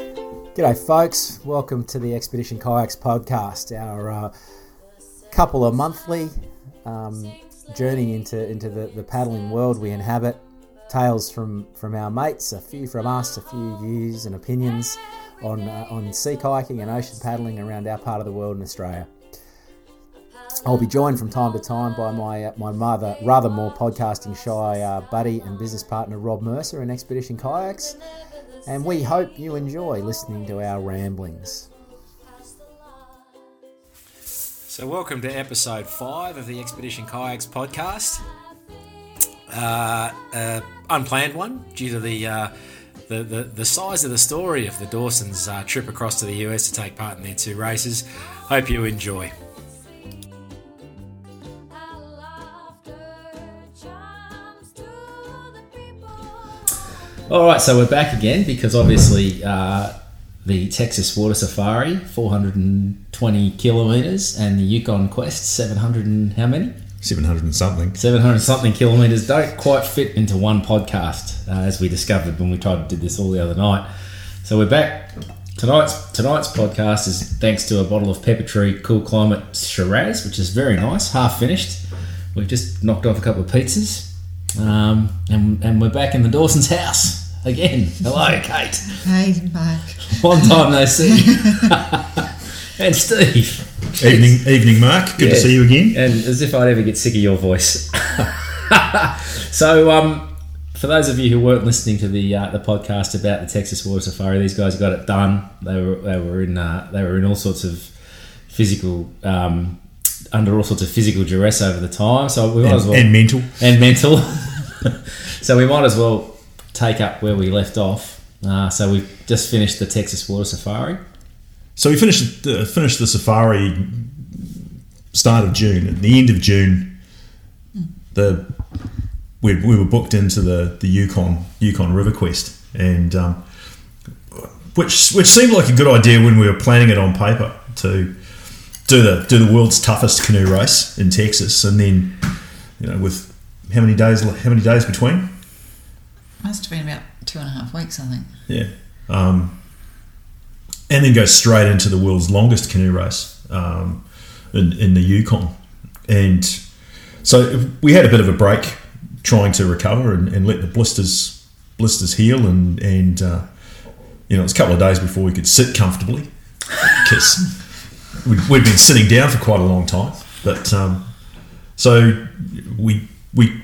G'day, folks. Welcome to the Expedition Kayaks podcast, our uh, couple of monthly um, journey into, into the, the paddling world we inhabit. Tales from, from our mates, a few from us, a few views and opinions on, uh, on sea kayaking and ocean paddling around our part of the world in Australia. I'll be joined from time to time by my uh, my mother, rather more podcasting shy uh, buddy and business partner Rob Mercer in Expedition Kayaks, and we hope you enjoy listening to our ramblings. So, welcome to episode five of the Expedition Kayaks podcast. Uh, uh, unplanned one due to the, uh, the, the the size of the story of the Dawson's uh, trip across to the US to take part in their two races. Hope you enjoy. All right, so we're back again because obviously uh, the Texas Water Safari, 420 kilometres, and the Yukon Quest, 700 and how many? 700 and something. 700 something kilometres don't quite fit into one podcast, uh, as we discovered when we tried to do this all the other night. So we're back. Tonight's tonight's podcast is thanks to a bottle of Pepper Tree Cool Climate Shiraz, which is very nice, half finished. We've just knocked off a couple of pizzas, um, and, and we're back in the Dawson's house again. Hello, Kate. Hey, Mark. Long time no see. and Steve. Evening, evening, Mark. Good to Yeah. see you again. And as if I'd ever get sick of your voice. so, um, for those of you who weren't listening to the uh, the podcast about the Texas Water Safari, these guys got it done. They were they were in uh, they were in all sorts of physical um, under all sorts of physical duress over the time. So we might as And, well and mental. and mental. so we might as well take up where we left off. Uh, so we've just finished the Texas Water Safari. So we finished the, finished the safari start of June. At the end of June, the we, we were booked into the the Yukon Yukon River Quest, and um, which which seemed like a good idea when we were planning it on paper to do the do the world's toughest canoe race in Texas, and then you know with how many days how many days between Must have been about two and a half weeks, I think. Yeah. Um, and then go straight into the world's longest canoe race um, in, in the Yukon. And so we had a bit of a break trying to recover and, and let the blisters blisters heal. And, and uh, you know, it was a couple of days before we could sit comfortably because we'd, we'd been sitting down for quite a long time. But um, so we, we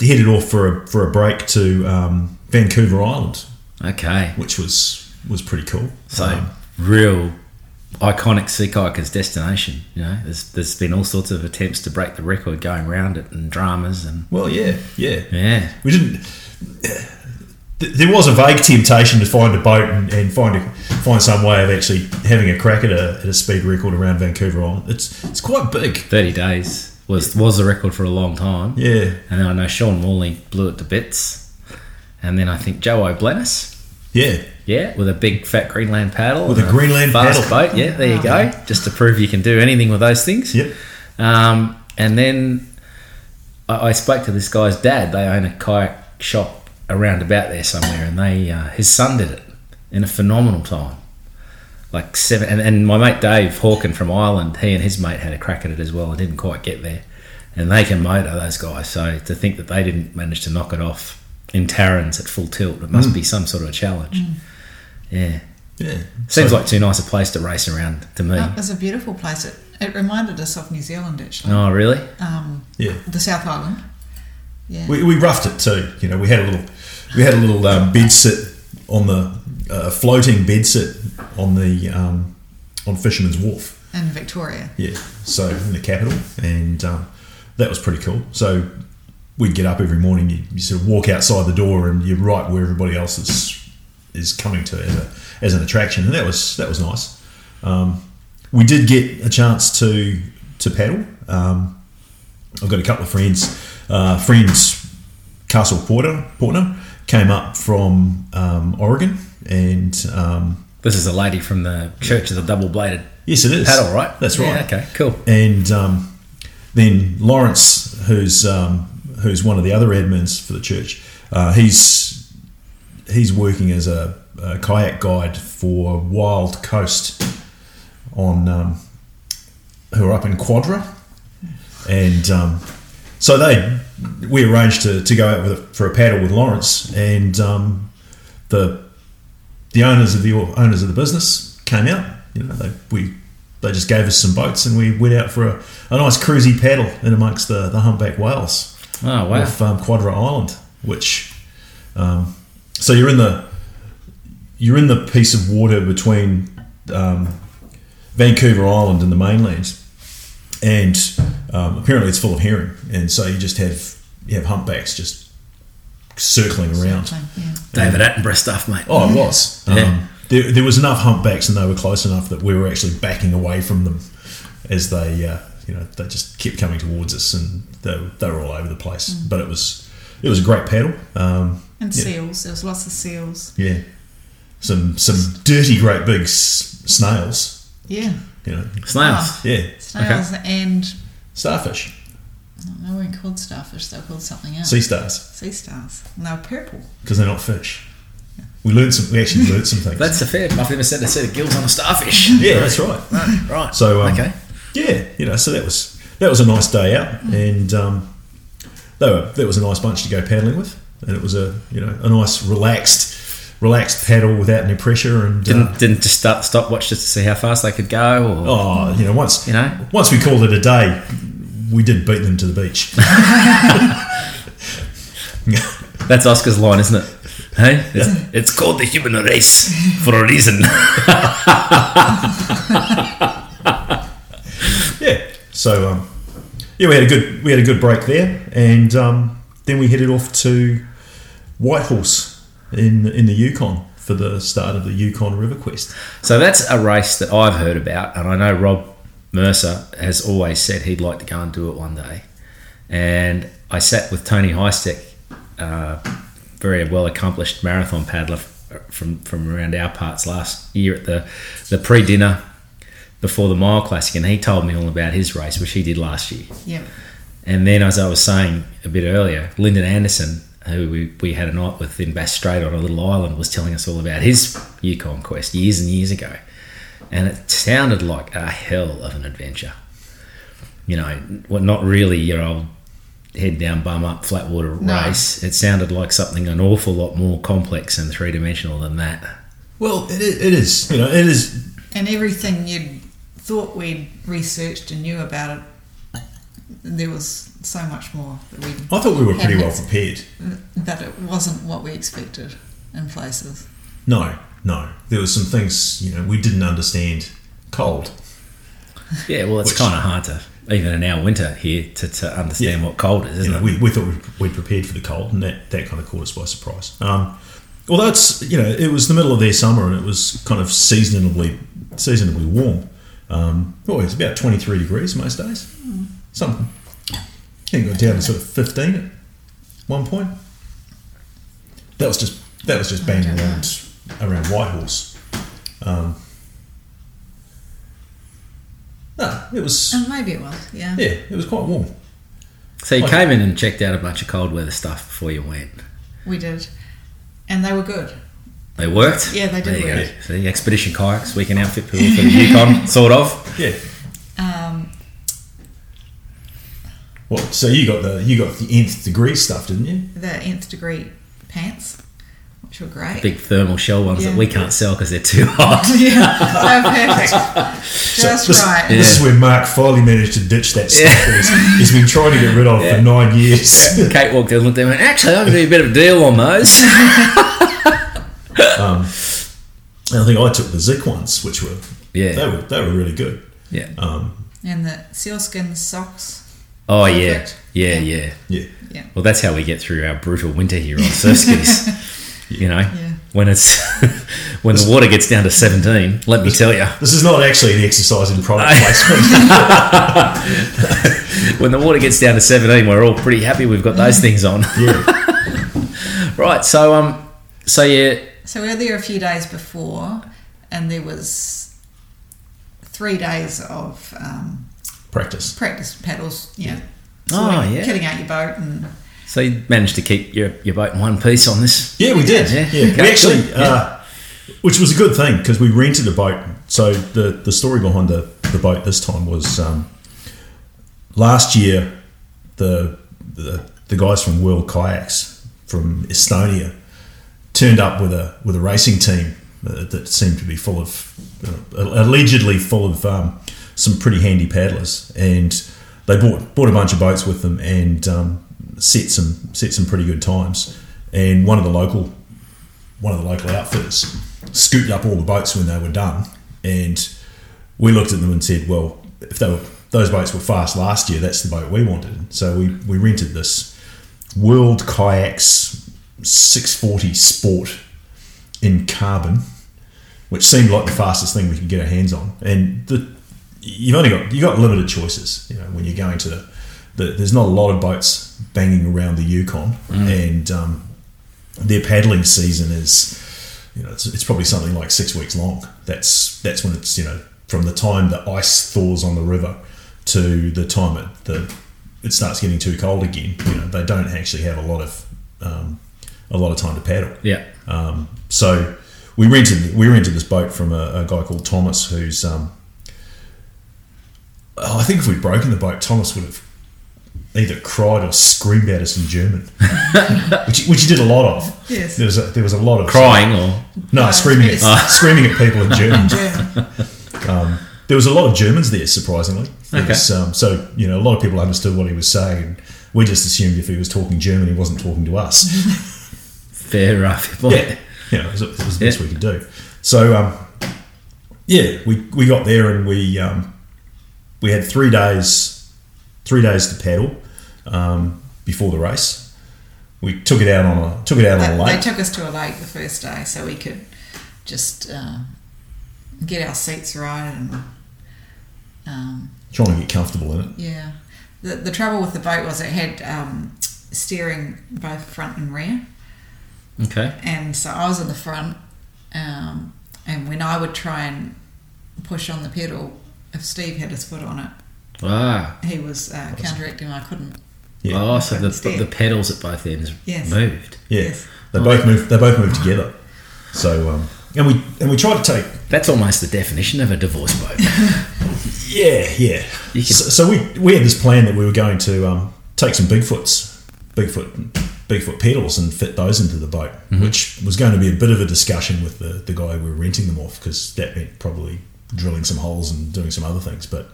headed off for a, for a break to um, Vancouver Island Okay, which was was pretty cool. Um, so real iconic sea kayakers destination. You know, there's there's been all sorts of attempts to break the record going around it, and dramas, and well, yeah, yeah, yeah, we didn't. th- There was a vague temptation to find a boat and, and find a, find some way of actually having a crack at a, at a speed record around Vancouver Island. It's it's quite big. thirty days was was the record for a long time. Yeah, And then I know Sean Morley blew it to bits, and then I think Joe O'Blenis, yeah, yeah, with a big fat Greenland paddle, With a and Greenland fast paddle. boat. Yeah, there you go, just to prove you can do anything with those things. yep, Um, and then I, I spoke to this guy's dad. They own a kayak shop around about there somewhere, and they uh, his son did it in a phenomenal time. Like seven, and, and my mate Dave Hawken from Ireland, he and his mate had a crack at it as well, and didn't quite get there. And they can motor those guys, so to think that they didn't manage to knock it off in Tarrans at full tilt, it must be some sort of a challenge. Yeah, yeah. seems like too nice a place to race around to me. It was a beautiful place. It, it reminded us of New Zealand, actually. Oh, really? Um, Yeah. The South Island. Yeah. We, we roughed it too. You know, we had a little we had a little um, bed sit on the uh, floating bed sit on the um, on Fisherman's Wharf. and Victoria. Yeah, so in the capital, and um, that was pretty cool. So we'd get up every morning, you, you sort of walk outside the door, and you're right where everybody else is is coming to as, a, as an attraction, and that was that was nice. Um, we did get a chance to to paddle. Um, I've got a couple of friends, uh, friends Castle Porter Portner came up from um, Oregon, and um, This is a lady from the Church of the Double Bladed yes, it is paddle, right? That's Yeah, right. okay, cool. and um, then Lawrence, who's um, who's one of the other admins for the church, uh, he's he's working as a, a kayak guide for Wild Coast on um, who are up in Quadra, and um, so they we arranged to, to go out with, a- for a paddle with Lawrence, and um, the the owners of the owners of the business came out. You know, they we they just gave us some boats, and we went out for a, a nice cruisy paddle in amongst the, the humpback whales Oh wow! off um, Quadra Island, which um, so you're in the you're in the piece of water between um, Vancouver Island and the mainland, and um, apparently it's full of herring, and so you just have you have humpbacks just circling around. Something, yeah. David Attenborough stuff, mate. Oh, it was. Um, Yeah. there, there was enough humpbacks, and they were close enough that we were actually backing away from them as they, uh, you know, they just kept coming towards us, and they, they were all over the place. Mm. But it was it was a great paddle. Um, And Yeah. seals. There was lots of seals. yeah, some some dirty, great big s- snails. Yeah. Ah. You know, Snails. yeah, Snails and starfish, no, they weren't called starfish. They were called something else. sea stars, sea stars. And they were purple. because they're not fish. We learned some. We actually learned some things. That's a fair. I've never seen a set of gills on a starfish. yeah, that's right. Right. So um, okay. yeah, you know, so that was that was a nice day out, and um, they were, that was a nice bunch to go paddling with, and it was a you know a nice relaxed relaxed paddle without any pressure, and uh, Didn't didn't just start, stop watch just to see how fast they could go or oh, you know once you know. once we called it a day, we did beat them to the beach. That's Oscar's line, isn't it? Hey, it's, it's called the human race for a reason. yeah, so um, yeah, we had a good we had a good break there, and um, then we headed off to Whitehorse in in the Yukon for the start of the Yukon River Quest. so that's a race that I've heard about, and I know Rob Mercer has always said he'd like to go and do it one day. And I sat with Tony Heistick, uh, very well accomplished marathon paddler f- from from around our parts last year at the the pre dinner before the mile classic, and he told me all about his race, which he did last year. Yeah. And then, as I was saying a bit earlier, Lyndon Anderson, who we, we had a night with in Bass Strait on a little island, was telling us all about his Yukon quest years and years ago. And it sounded like a hell of an adventure. You know, well, not really your old head down, bum up, flat water No. race. It sounded like something an awful lot more complex and three dimensional than that. Well, it, it is you know it is And everything you'd thought we'd researched and knew about it, there was so much more that we I thought we were pretty Yeah, well that's- prepared. that it wasn't what we expected in places. No, no. There were some things, you know, we didn't understand. Cold. Yeah, well, it's Which- kind of hard to, even in our winter here, to, to understand Yeah. what cold is, You isn't know, it? we, we thought we'd, we'd prepared for the cold, and that, that kind of caught us by surprise. Um, although it's, you know, it was the middle of their summer, and it was kind of seasonably seasonably warm. Um, oh, it's about 23 degrees most days. Something. It got down to sort of 15 at one point. That was just that was just bang around around Whitehorse. Um, no, it was And maybe it was, yeah. yeah, it was quite warm. So you Oh, came in and checked out a bunch of cold weather stuff before you went. We did. And they were good. They worked. Yeah, they did There you work. go. See, expedition kayaks, weekend outfit pool for the Yukon, sort of. Yeah. Um, Well, so you got the you got the nth degree stuff, didn't you? the nth degree pants, which were great. Big thermal shell ones Yeah. that we can't sell because they're too hot. yeah, so Oh, perfect. Just this, right. This is where Mark finally managed to ditch that stuff that he's- he's been trying to get rid of for nine years. Kate walked in and looked at me and went, actually, I'm going to do a bit of a deal on those. And I think I took the Zic ones, which were Yeah. they were they were really good. yeah. Um, And the sealskin socks. Oh, yeah. Perfect. Yeah, Yeah. yeah. yeah, Yeah. Well, that's how we get through our brutal winter here on Surskis. you know, when it's when the water gets down to 17, let me tell you. this is not actually an exercise in product placement. When the water gets down to 17, we're all pretty happy we've got those things on. yeah, Right, so um, so yeah, So we were there a few days before, and there was three days of um, practice. practice paddles, you know, Oh, sorting- yeah. kitting out your boat and So you managed to keep your, your boat in one piece on this. Yeah, we did. Yeah, Yeah, yeah. we Okay, actually, good. uh, which was a good thing because we rented a boat. So the the story behind the the boat this time was um, last year the, the the guys from World Kayaks from Estonia turned up with a with a racing team uh, that seemed to be full of uh, allegedly full of um, some pretty handy paddlers, and they bought bought a bunch of boats with them and um, set some set some pretty good times. And one of the local one of the local outfitters scooped up all the boats when they were done, and we looked at them and said, "Well, if they were, those boats were fast last year, that's the boat we wanted." So we we rented this World Kayaks 640 Sport in carbon, which seemed like the fastest thing we could get our hands on. And the you've only got you have got limited choices, you know, when you're going to the, the there's not a lot of boats banging around the Yukon, and um, their paddling season is you know, it's, it's probably something like six weeks long. That's that's when it's you know from the time the ice thaws on the river to the time it the it starts getting too cold again. You know, they don't actually have a lot of um, a lot of time to paddle. Yeah. Um, so we rented we rented this boat from a, a guy called Thomas, who's um, oh, I think if we'd broken the boat, Thomas would have either cried or screamed at us in German, which, which he did a lot of. Yes. there was a, there was a lot of Crying or no, Oh, screaming at yes. screaming at people in German. Yeah. There was a lot of Germans there, surprisingly. There Okay. was, um, so you know, a lot of people understood what he was saying. We just assumed if he was talking German, he wasn't talking to us. fair uh, fair point. yeah, you know, it was, it was the best we could do. So, um, yeah, we, we got there and we um, we had three days three days to paddle um, before the race. We took it out on a took it out on a They, they lake. took us to a lake the first day so we could just uh, get our seats right and um, trying to get comfortable in it. yeah. The, the trouble with the boat was it had um, steering both front and rear, Okay. and so I was in the front. Um, and when I would try and push on the pedal, if Steve had his foot on it, Ah. he was uh, counteracting. I couldn't. Yeah. Oh, so the, Instead. the pedals at both ends Yes. moved. Yeah, Yes. they both moved. They both moved together. So um, and we and we tried to take That's almost the definition of a divorce boat. Yeah, yeah. You can- so, so we we had this plan that we were going to um, take some Bigfoots, Bigfoot, Bigfoot pedals, and fit those into the boat, Mm-hmm. which was going to be a bit of a discussion with the the guy we were renting them off because that meant probably drilling some holes and doing some other things, but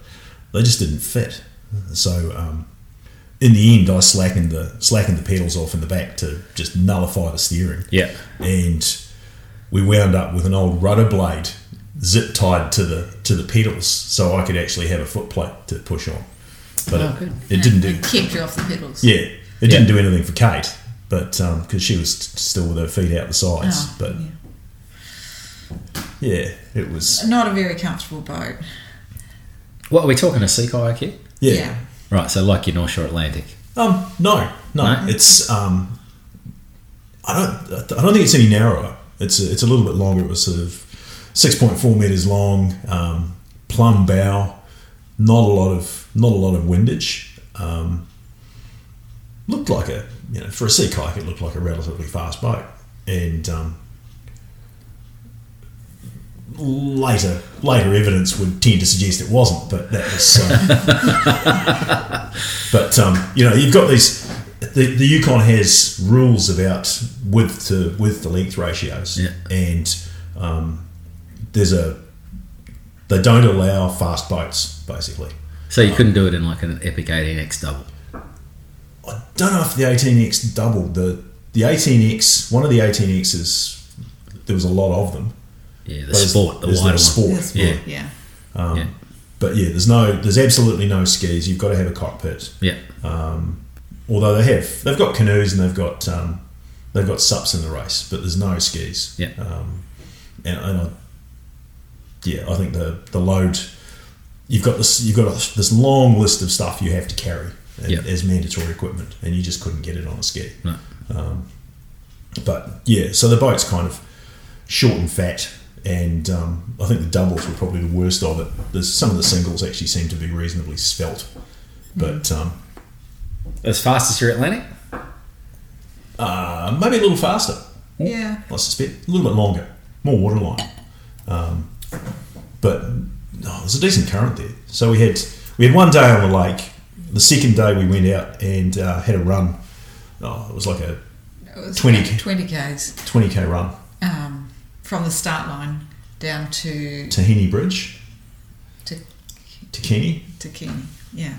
they just didn't fit. So um, in the end, I slackened the slackened the pedals off in the back to just nullify the steering yeah. and we wound up with an old rudder blade zip tied to the to the pedals, so I could actually have a foot plate to push on. But Oh, it, good. it didn't do. It kept you off the pedals. Yeah, it didn't Yeah. do anything for Kate, but because she was st- still with her feet out the sides. Oh, but yeah. yeah, it was Not a very comfortable boat. What are we talking a sea kayak here? yeah. Right. So like your North Shore Atlantic. Um, no, no, No? it's um, I don't I don't think it's any narrower. It's a, it's a little bit longer. It was sort of six point four meters long, um, plumb bow, not a lot of not a lot of windage. Um, looked like a you know for a sea kayak, it looked like a relatively fast boat, and um, later later evidence would tend to suggest it wasn't, but that was. Um, but um, you know, you've got these. The, the Yukon has rules about width to width to length ratios, Yeah. and um, there's a they don't allow fast boats basically. So Uh, you couldn't do it in like an epic 18x double. I don't know if the 18x doubled the the 18x. One of the 18x's there was a lot of them. Yeah. The There's- sport, the there's wider no one. sport. Yes, Yeah. Yeah. yeah. But yeah, there's no there's absolutely no skis. You've got to have a cockpit. Yeah. although they have they've got canoes and they've got um, they've got sups in the race, but there's no skis. Yeah. Um, and and I, yeah, I think the the load you've got this you've got a, this long list of stuff you have to carry and, Yeah. as mandatory equipment, and you just couldn't get it on a ski. Um, No. But yeah, so the boat's kind of short and fat. And um, I think the doubles were probably the worst of it. There's, some of the singles actually seem Mm-hmm. to be reasonably svelte, but um, As fast as your Atlantic? uh, maybe a little faster. Yeah. I suspect a little bit longer, more waterline. Um, but no, there's a decent current there. So we had we had one day on the lake. The second day we went out and uh, had a run. Oh, it was like a It was 20 about 20 Ks 20k run, um, from the start line down to, Tahini Bridge to, to Kini. to King. Yeah.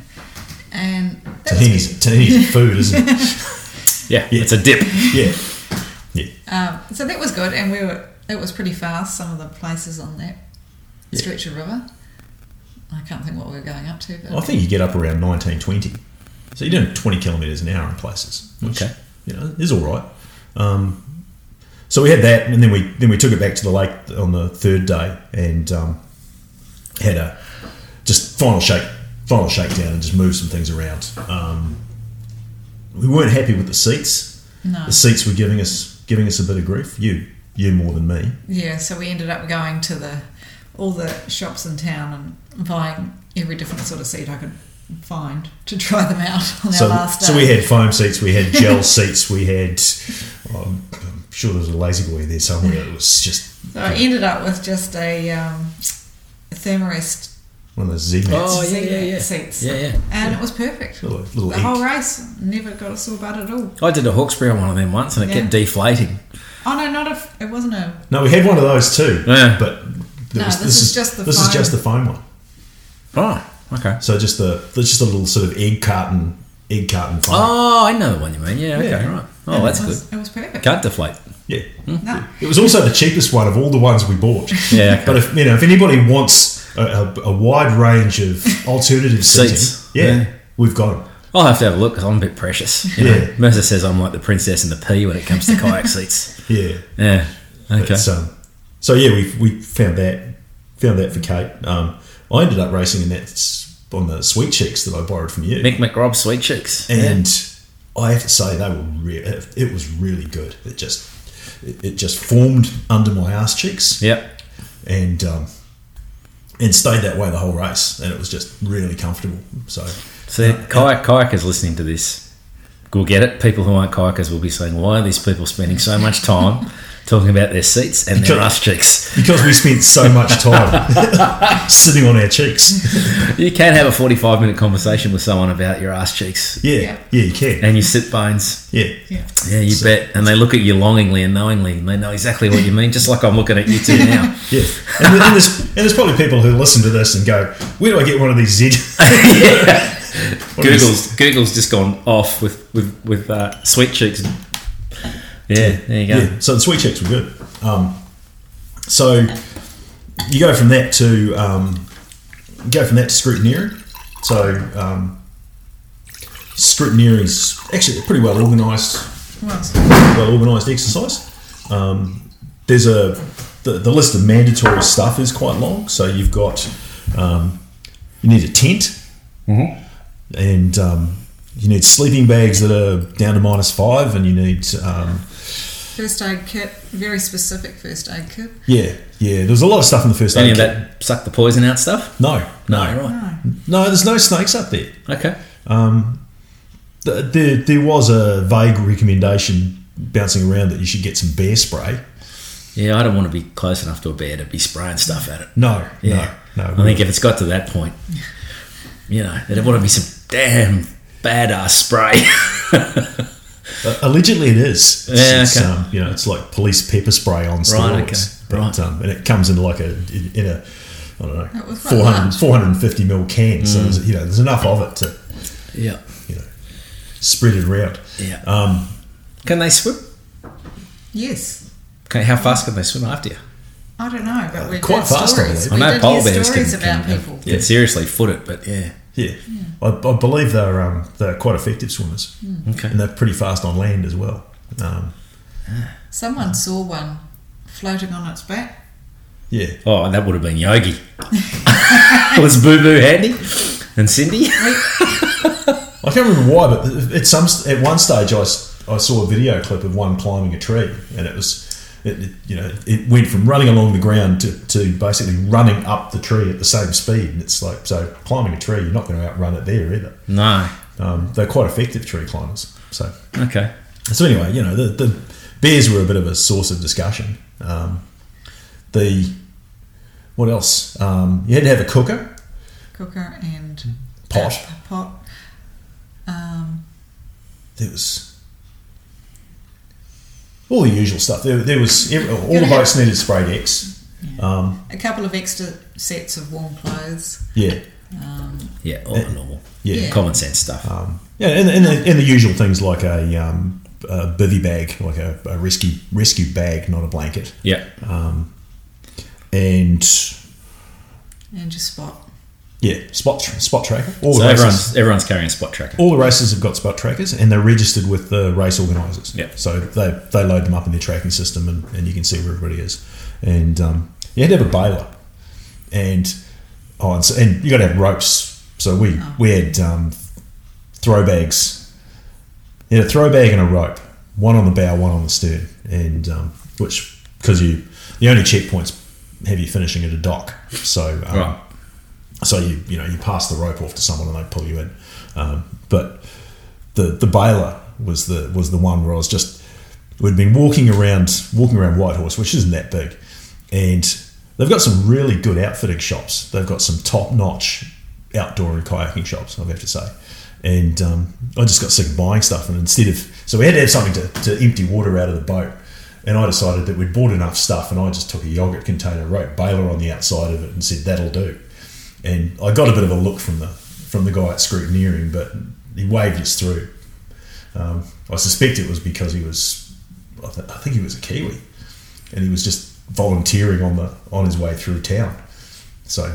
And that was Tahini's Tahini's food, isn't it? Yeah, Yeah. it's a dip. Yeah, Um, so that was good, and we were. It was pretty fast. Some of the places on that stretch of river. I can't think what we were going up to, but I think you get up around 19, 20. So you're doing 20 kilometres an hour in places, which Okay. you know is all right. Um, so we had that, and then we then we took it back to the lake on the third day and um, had a just final shake, final shakedown, and just moved some things around. Um, we weren't happy with the seats. no, The seats were giving us giving us a bit of grief. You you more than me. yeah. So we ended up going to the all the shops in town and buying every different sort of seat I could find to try them out on so, our last day. so we had foam seats, we had gel seats, we had. I'm, I'm sure there was a lazy boy in there somewhere. It was just So I ended up with just a um, Thermarest one of those Z mats. Oh, yeah, yeah, yeah. seats, Yeah, yeah. and it was perfect. Little, little The whole ink. race never got a sore butt at all. I did a Hawkesbury on one of them once, and it Yeah. kept deflating. Oh no, not a. It wasn't a No, we had one of those too. Yeah. But there No, was, this is just the this foam. is just the foam one. Oh, okay. So just the there's just a little sort of egg carton egg carton foam. Oh, I know the one you mean. Yeah, okay, Yeah. right. Oh, that's it good. was, It was perfect. Can't deflate. Yeah. No. It was also the cheapest one of all the ones we bought. Yeah, okay. But if you know if anybody wants a, a, a wide range of alternative seating, Seats. yeah, Yeah. we've got them. I'll have to have a look 'cause I'm a bit precious. You know, Yeah. Mercer says I'm like the princess in the pea when it comes to kayak seats. Yeah. Yeah. Okay. It's, um, so yeah, we, we found that found that for Kate. Um, I ended up racing in that s- on the sweet cheeks that I borrowed from you, Mick McRob sweet chicks. and I have to say they were re- it was really good. It just it it just formed under my ass cheeks Yep. and um, and stayed that way the whole race, and it was just really comfortable. So uh, So kayak kayakers listening to this will get it. People who aren't kayakers will be saying, "Why are these people spending so much time talking about their seats and their Because- ass cheeks?" because we spent so much time sitting on our cheeks, You can have a forty-five minute conversation with someone about your ass cheeks yeah, Yeah. yeah, you can, and your sit bones. yeah. Yeah. Yeah, you bet. And they look at you longingly and knowingly, and they know exactly what you mean, just like I'm looking at you two now. Yeah, and, th- and there's and there's probably people who listen to this and go, "Where do I get one of these Z?" One of these- Google's Google's just gone off with with with uh, sweet cheeks. Yeah, there you go. Yeah, so the sweet checks were good. Um, so you go from that to um, you go from that to scrutineering. So um, scrutineering's actually a pretty well organised Well, well organised exercise. Um, there's a the, the list of mandatory stuff is quite long. So you've got um, you need a tent, and um, you need sleeping bags that are down to minus five, and you need um, first aid kit, very specific first aid kit. yeah yeah. There's a lot of stuff in the first Any of aid. kit. that suck the poison out stuff? No, no, No, no. There's no snakes up there. right. Okay. Th- There, there was a vague recommendation bouncing around that you should get some bear spray. Yeah, I don't want to be close enough to a bear to be spraying stuff at it. No, Yeah. no, I no. think if it's got to that point, you know, it'd want to be some damn badass spray. Uh, Allegedly, it is. It's, Yeah, it's, okay. um, you know, it's like police pepper spray on steroids. okay. But, Right. um, and it comes in like a in a I don't It know was quite 400, large. 450 mil can. Mm. So there's, you know, there's enough of it to yeah. you know spread it around. Yeah. Um, Can they swim? Yes. Okay, how fast can they swim after you? I don't know, but we Quite did fast, stories. I I We know did pole hear bears can, stories can, about have- people. can seriously foot it, but yeah. yeah, I, I believe they're um, they're quite effective swimmers, Okay. and they're pretty fast on land as well. Um, Someone saw one floating on its back. yeah, Oh, and that would have been Yogi. Was Boo Boo handy? And Cindy? I can't remember why, but at some at one stage I, s- I saw a video clip of one climbing a tree, and it was it, it- you know it went from running along the ground to, to basically running up the tree at the same speed, and it's like so climbing a tree you're not going to outrun it there either. No. Um, they're quite effective tree climbers, so Okay. So anyway, you know, the, the beers were a bit of a source of discussion. Um, the what else? Um, you had to have a cooker, Cooker and pot. pot. Um, There was all the usual stuff. There, there was every, all the boats needed spray decks. Um, a couple of extra sets of warm clothes. yeah, Um, Yeah, Ah. all the normal. yeah. Yeah. Common sense stuff. Um, yeah, and, and, the, and the usual things like a, um, a bivy bag, like a, a rescue rescue bag, not a blanket, yeah. and and just spot. yeah, spot tr- spot tracker. All So the races, everyone's, everyone's carrying a spot tracker. all the races have got spot trackers, and they're registered with the race organisers. Yeah. so they they load them up in their tracking system, and, and you can see where everybody is. And um, you had to have a baler, and oh, and, so, and you got to have ropes. So we we had um, throw bags. You had a throw bag and a rope, one on the bow, one on the stern, and um, which because you the only checkpoints have you finishing at a dock. So um, Right. so you you know you pass the rope off to someone and they pull you in. Um, but the the baler was the was the one where I was just we'd been walking around walking around Whitehorse, which isn't that big, and they've got some really good outfitting shops. They've got some top notch outdoor and kayaking shops. I have to say. And um, I just got sick of buying stuff, and instead of so we had to have something to, to empty water out of the boat, and I decided that we'd bought enough stuff, and I just took a yogurt container, wrote Baylor on the outside of it, and said that'll do and I got a bit of a look from the from the guy at scrutineering, but he waved us through. Um, I suspect it was because he was, I, th- I think he was a Kiwi, and he was just volunteering on the on his way through town. So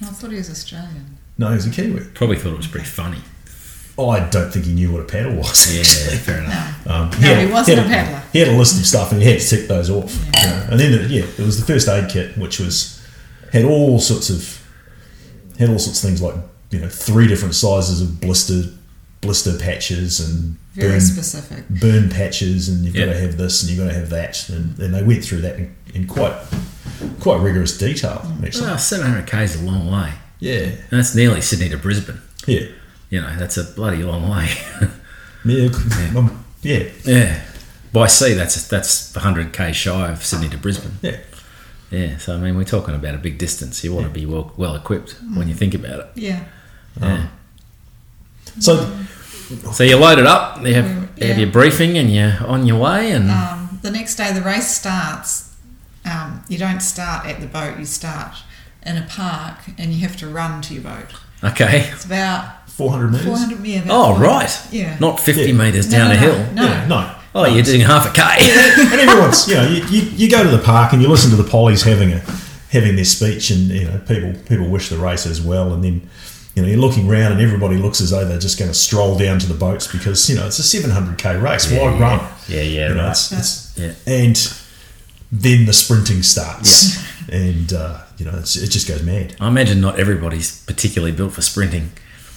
I thought he was Australian. no, he was a Kiwi. Probably thought it was pretty funny. I don't think he knew what a paddle was. Yeah, actually. fair enough. Um, No, had- he wasn't had a paddler. He had a list of stuff and he had to tick those off. you know. And then, the, yeah, it was the first aid kit, which was had all sorts of had all sorts of things like you know three different sizes of blister blister patches and Very burn, specific. burn patches, and you've got to Yeah. have this and you've got to have that, and, and they went through that in, in quite quite rigorous detail. Mm. Actually, Well, 700 Oh, k's a long way. yeah, And that's nearly Sydney to Brisbane. yeah, You know, that's a bloody long way. yeah, um, yeah, yeah. By sea, that's that's 100 k shy of Sydney to Brisbane. yeah. Yeah. So I mean, we're talking about a big distance. You want to be well well equipped when Mm. you think about it. Yeah. Yeah. So So you load it up. You have, Mm, have yeah. your briefing, and you're on your way. And Um, the next day the race starts. Um, you don't start at the boat, you start in a park and you have to run to your boat. okay. It's about four hundred meters. 400 metres. Oh right. Yeah. Not 50 Yeah. meters No, down no, a no, hill. No. Yeah, no. Oh, you're doing half a k. and everyone's you know you, you, you go to the park and you listen to the pollies having a having their speech and you know people people wish the race as well and then you know you're looking around and everybody looks as though they're just going to stroll down to the boats because you know it's a 700k race why yeah. run Yeah, yeah, you know, right. it's, it's, Yeah. and then the sprinting starts and uh, you know it's, it just goes mad I imagine not everybody's particularly built for sprinting.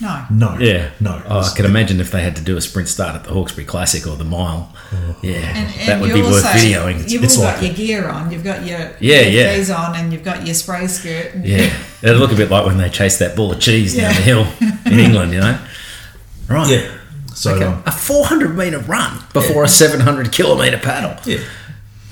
No. no Yeah. no Oh, I can imagine if they had to do a sprint start at the Hawkesbury Classic or the mile. Yeah. Oh. And, and that would you be worth also, videoing. You've it's all like got your gear on. You've got your Yeah, your yeah. keys on, and you've got your spray skirt. And yeah. It'd look a bit like when they chased that ball of cheese down the hill in England, you know? Right. yeah so Okay. um, A 400 metre run before a 700 kilometre paddle. yeah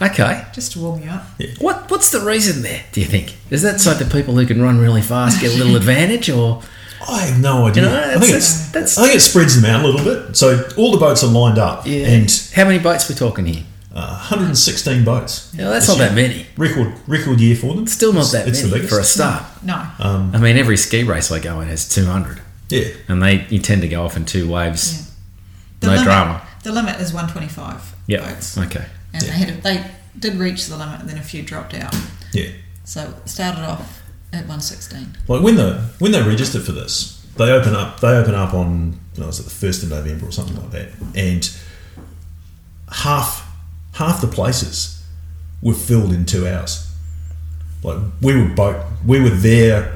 Okay. Just to warm you up. What What's the reason there, do you think? Is that so that people who can run really fast get a little advantage or, I have no idea you know, I, think that's, it's, that's, I think it spreads them out a little bit so all the boats are lined up yeah. and How many boats we talking here? Uh, 116 boats. Yeah, that's not that many. Record record year for them. Still not that it's the many biggest. for a start. No. I mean, every ski race I go in has 200, Yeah, and they you tend to go off in two waves. The no limit, drama. The limit is 125 Yeah. boats. Okay. And they, had, they did reach the limit, and then a few dropped out. yeah. So it started off at 116. Like when the when they register for this, they open up. They open up on no, was it the first of November or something like that, and half half the places were filled in two hours. Like we were boat, we were there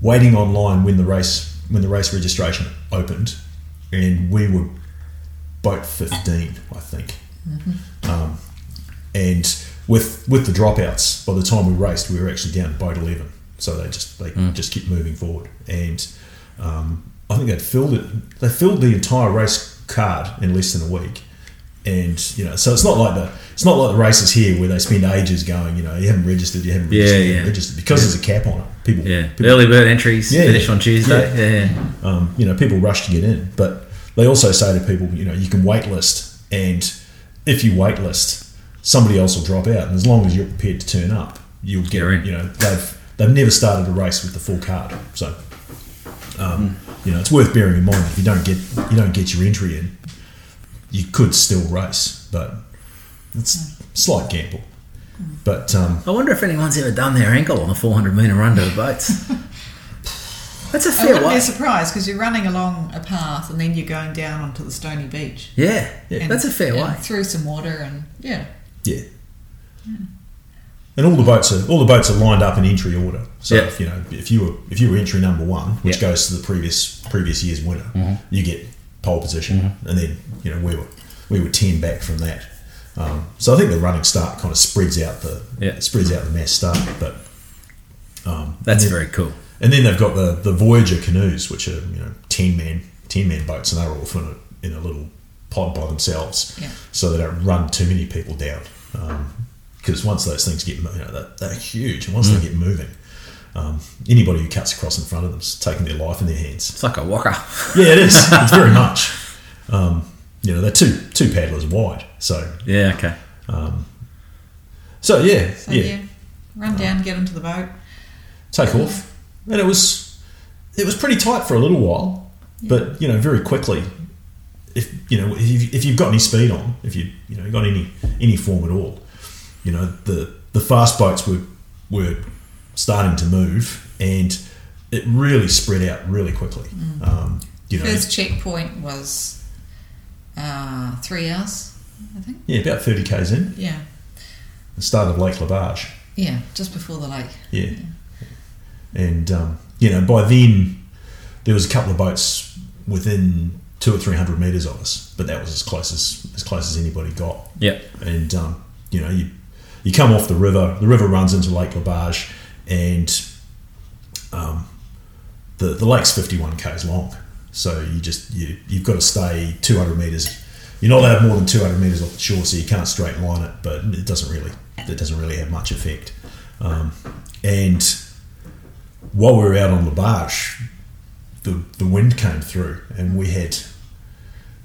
waiting online when the race when the race registration opened, and we were boat fifteen, I think. Um, and with with the dropouts, by the time we raced, we were actually down to boat eleven. So they just they Hmm. just kept moving forward, and um, I think they filled it. They filled the entire race card in less than a week. And you know, so it's not like the it's not like the races here where they spend ages going. You know, you haven't registered, you haven't Yeah, registered, you yeah. haven't registered because there's a cap on it. People, Yeah. people Early bird entries Yeah, finish yeah. on Tuesday. Yeah. yeah. um, you know, people rush to get in. But they also say to people, you know, you can wait list, and if you wait list, somebody else will drop out. And as long as you're prepared to turn up, you'll get. You're in. You know, they've they've never started a race with the full card, so um, you know it's worth bearing in mind. If you don't get you don't get your entry in, you could still race, but it's a slight gamble. But um, I wonder if anyone's ever done their ankle on a 400 metre run to the boats. That's a I fair wouldn't be way. surprised because you're running along a path and then you're going down onto the stony beach. Yeah, And- that's a fair and way. Through some water and yeah. Yeah. And all the boats are all the boats are lined up in entry order. So Yeah. if, you know if you were if you were entry number one, which Yeah. Mm-hmm. goes to the previous previous year's winner, you get pole position, and then you know we were we were ten back from that. Um, so I think the running start kind of spreads out the Yeah. spreads out the mass start, but That's Yeah. very cool. and then they've got the, the Voyager canoes, which are you know ten man ten man boats, and they're all in a, in a little pod by themselves, Yeah. so they don't run too many people down. Because once those things get mo- you know they're, they're huge, and once they get moving, um, anybody who cuts across in front of them is taking their life in their hands. It's like a walker. Yeah, it is. it's very much. Um, you know they're two two paddlers wide, so Yeah, okay. so yeah So yeah. yeah. Run down, get into the boat. take off, and it was it was pretty tight for a little while, but you know very quickly, if you know if, you- if you've got any speed on, if you you know got any any form at all, you know the the fast boats were were starting to move, and it really spread out really quickly. Um, you know, First checkpoint was uh, three hours, I think. yeah, about thirty k's in, Yeah, the start of Lake Labarge. yeah, just before the lake. Yeah. And, um, you know, by then there was a couple of boats within two or three hundred metres of us, but that was as close as, as close as anybody got. Yep. And, um, you know, you, you come off the river, the river runs into Lake Labarge and um, the, the lake's 51 k's long. So you just, you, you've got to stay 200 metres. You're not allowed more than 200 metres off the shore, so you can't straight line it, but it doesn't really, it doesn't really have much effect. Um, And while we were out on the barge, the, the wind came through and we had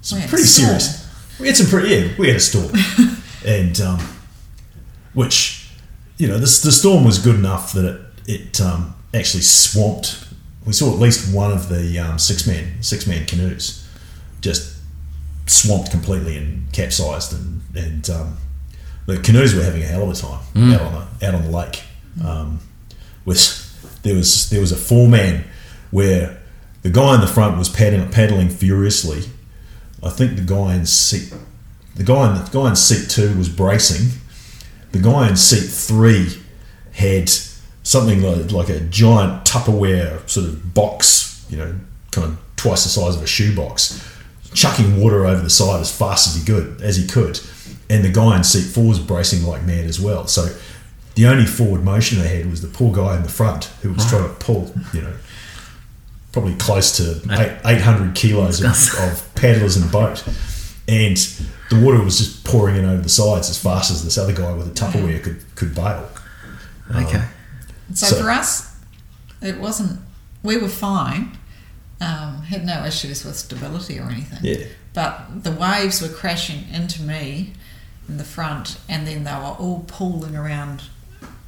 some We had a pretty storm. serious. We had some pretty, yeah, we had a storm. and um, which, you know, this, the storm was good enough that it, it um, actually swamped. We saw at least one of the um, six man six man canoes just swamped completely and capsized, and, and um, the canoes were having a hell of a time out on the out on the lake. Um, with there was there was a four man where the guy in the front was paddling, paddling furiously. I think the guy in seat the guy in the guy in seat two was bracing. The guy in seat three had something like, like a giant Tupperware sort of box, you know, kind of twice the size of a shoebox, chucking water over the side as fast as he could, as he could. And the guy in seat four was bracing like mad as well. So the only forward motion they had was the poor guy in the front who was trying to pull, you know, probably close to eight, 800 kilos of, of paddlers in a boat. And the water was just pouring in over the sides as fast as this other guy with a Tupperware could, could bail. Okay. And so, So- for us, it wasn't. We were fine. Um, had no issues with stability or anything. Yeah. But the waves were crashing into me in the front, and then they were all pooling around.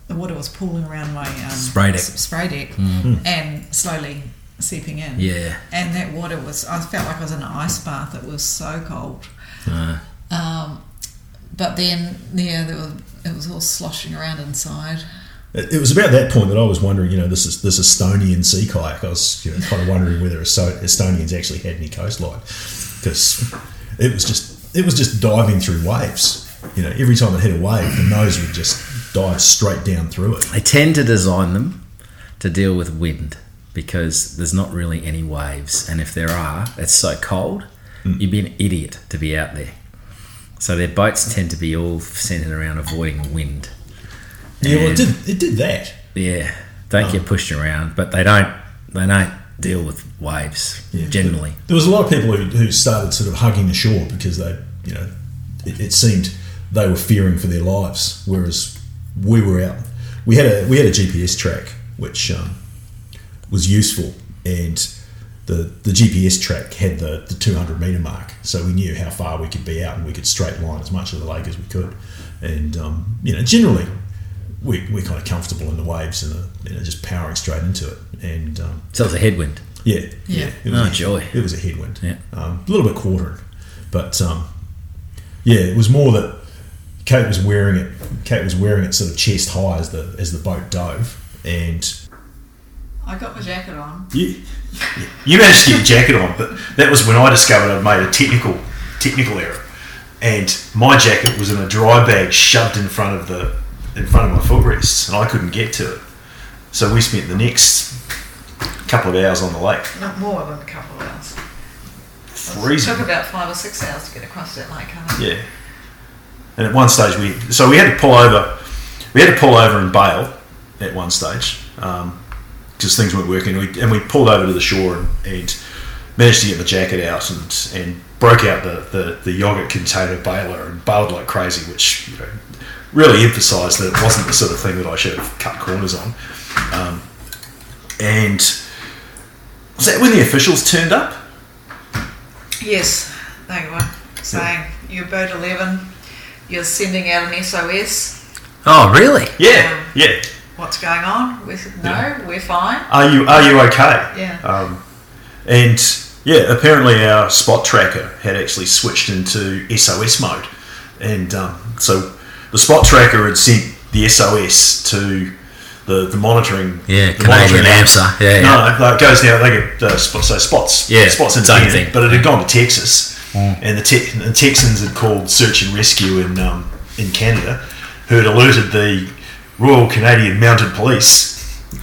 The water was pooling around my um, Spray deck. Hmm. s- spray deck, Hmm. and slowly seeping in. Yeah. And that water was. I felt like I was in an ice bath. It was so cold. Uh, Um, but then, yeah, there was, it was all sloshing around inside. It it was about that point that I was wondering, you know, this is this Estonian sea kayak. I was you know, kind of wondering whether Esto- Estonians actually had any coastline because it was just it was just diving through waves. You know, every time it hit a wave, the nose would just dive straight down through it. I tend to design them to deal with wind because there's not really any waves, and if there are, it's so cold, you'd be an idiot to be out there. So their boats tend to be all centered around avoiding wind. Yeah, well, it Yeah. did it did that. Oh. Yeah, don't get pushed around, but they don't they don't deal with waves Yeah. generally. There was a lot of people who, who started sort of hugging the shore because they, you know, it, it seemed they were fearing for their lives, whereas we were out. We had a we had a GPS track which um, was useful, and the the GPS track had the, the 200 meter mark, so we knew how far we could be out, and we could straight line as much of the lake as we could, and um, you know, generally. We, we're kind of comfortable in the waves and uh, you know, just powering straight into it. And um, So it's a headwind. yeah, Yeah. It was Oh, a- joy. It was a headwind. Yeah. um, a little bit quartering, but um, yeah, it was more that Kate was wearing it. Kate was wearing it sort of chest high as the as the boat dove, and I got my jacket on. you, you managed to get your jacket on, but that was when I discovered I'd made a technical technical error, and my jacket was in a dry bag shoved in front of the in front of my footrest, and I couldn't get to it. So we spent the next couple of hours on the lake, Not more than a couple of hours. freezing. It took about five or six hours to get across that lake. Huh? Yeah. And at one stage we so we had to pull over, we had to pull over and bail at one stage because things weren't working. We, and we pulled over to the shore and, and managed to get the jacket out and, and broke out the, the, the yogurt container baler and bailed like crazy, which you know, really emphasised that it wasn't the sort of thing that I should have cut corners on. Um, and was that when the officials turned up? Yes, they were saying you're boat 11, you're sending out an SOS. Oh, really? Yeah, yeah. What's going on? We said, no, Yeah. we're fine. Are you are you okay? Yeah. Um, and yeah, apparently our spot tracker had actually switched into SOS mode, and um, so the spot tracker had sent the SOS to the, the monitoring. Yeah, the Canadian monitoring AMSA. Yeah, no, yeah. no, no, it goes now. They get uh, spots, so spots. Yeah, spots same independent, thing. Mm. But it had gone to Texas, and the, te- the Texans had called search and rescue in um, in Canada, who had alerted the Royal Canadian Mounted Police,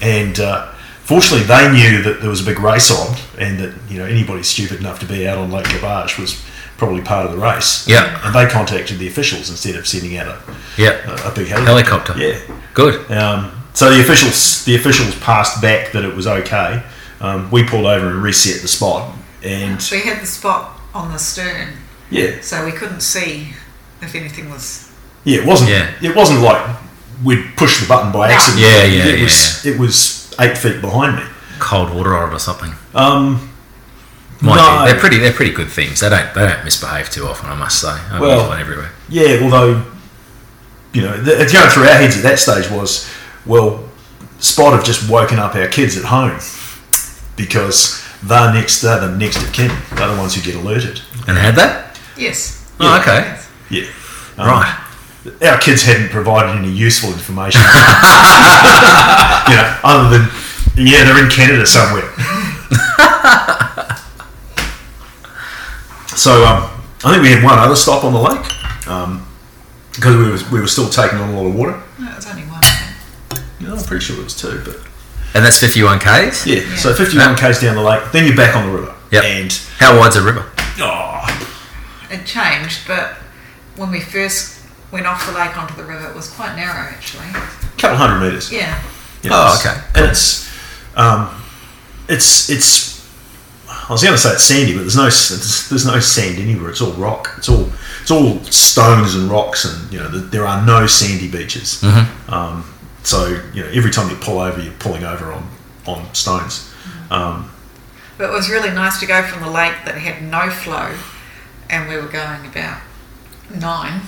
and uh, fortunately they knew that there was a big race on, and that you know anybody stupid enough to be out on Lake Gavage was probably part of the race. Yeah. and they contacted the officials instead of sending out a Yeah. a, a big Helicopter. Uh, Yeah. Good. Um, so the officials the officials passed back that it was okay. Um, we pulled over and reset the spot, and We had the spot on the stern, yeah, so we couldn't see if anything was. yeah, it wasn't Yeah. it wasn't like we'd pushed the button by accident. Yeah, yeah, it yeah, was it was eight feet behind me. Cold water on it or something. Um, Mind No. you, they're pretty. They're pretty good things. They don't. They don't misbehave too often. I must say. I mean, Well- there's one everywhere. yeah, although you know, the, it's going through our heads at that stage was, well, Spot have just woken up our kids at home because they're next they're the next of kin. They're the ones who get alerted. And had that? Yes. Oh, okay. Yes. Yeah. Um, Right. our kids hadn't provided any useful information. you know, other than yeah, they're in Canada somewhere. so um, I think we had one other stop on the lake um, because we was, we were still taking on a lot of water. No, it was only one. Yeah, I'm pretty sure it was two, but And that's fifty-one k's. yeah. So 51 k's down the lake, then you're back on the river. Yep. And How wide's a river? oh, It changed, but when we first went off the lake onto the river, it was quite narrow actually. a couple hundred meters. Yeah. Yeah, Oh, it's- okay. And it's, um, it's it's. I was going to say it's sandy, but there's no it's, there's no sand anywhere. It's all rock. It's all it's all stones and rocks, and you know th there are no sandy beaches. Mm-hmm. Um, so you know every time you pull over, you're pulling over on on stones. Um, But it was really nice to go from the lake that had no flow, and we were going about nine,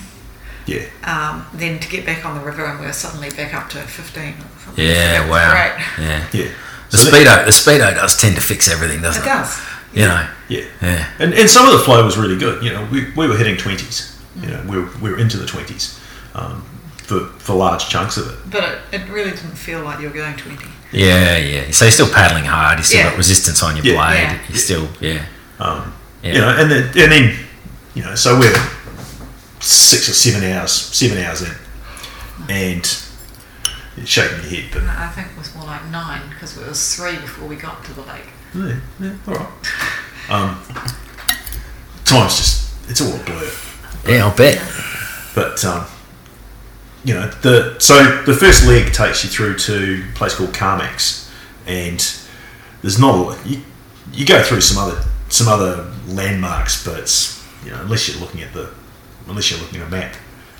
yeah, um, then to get back on the river, and we were suddenly back up to 15 or something. Yeah. That was Wow. Great. Yeah. yeah. The So that- speedo. The speedo does tend to fix everything, doesn't It it? does. You know. yeah. Yeah. And, and some of the flow was really good. You know, we, we were hitting twenties. You know, we were, we were into the twenties um, for for large chunks of it. But it, it really didn't feel like you were going 20. Yeah, yeah. So you're still paddling hard. You still Yeah. got resistance on your Yeah. blade. Yeah. You still, yeah, Um, yeah. you know, and then, and then you know, so we're six or seven hours, seven hours in, and it's shaking your head, but No, I think it was more like nine because it was three before we got to the lake. yeah, yeah, all right. Um, time's just it's all a blur, yeah. I'll bet. but um, you know the so the first leg takes you through to a place called Carmax, and there's not a lot. You, you go through some other some other landmarks, but it's, you know unless you're looking at the unless you're looking at a map.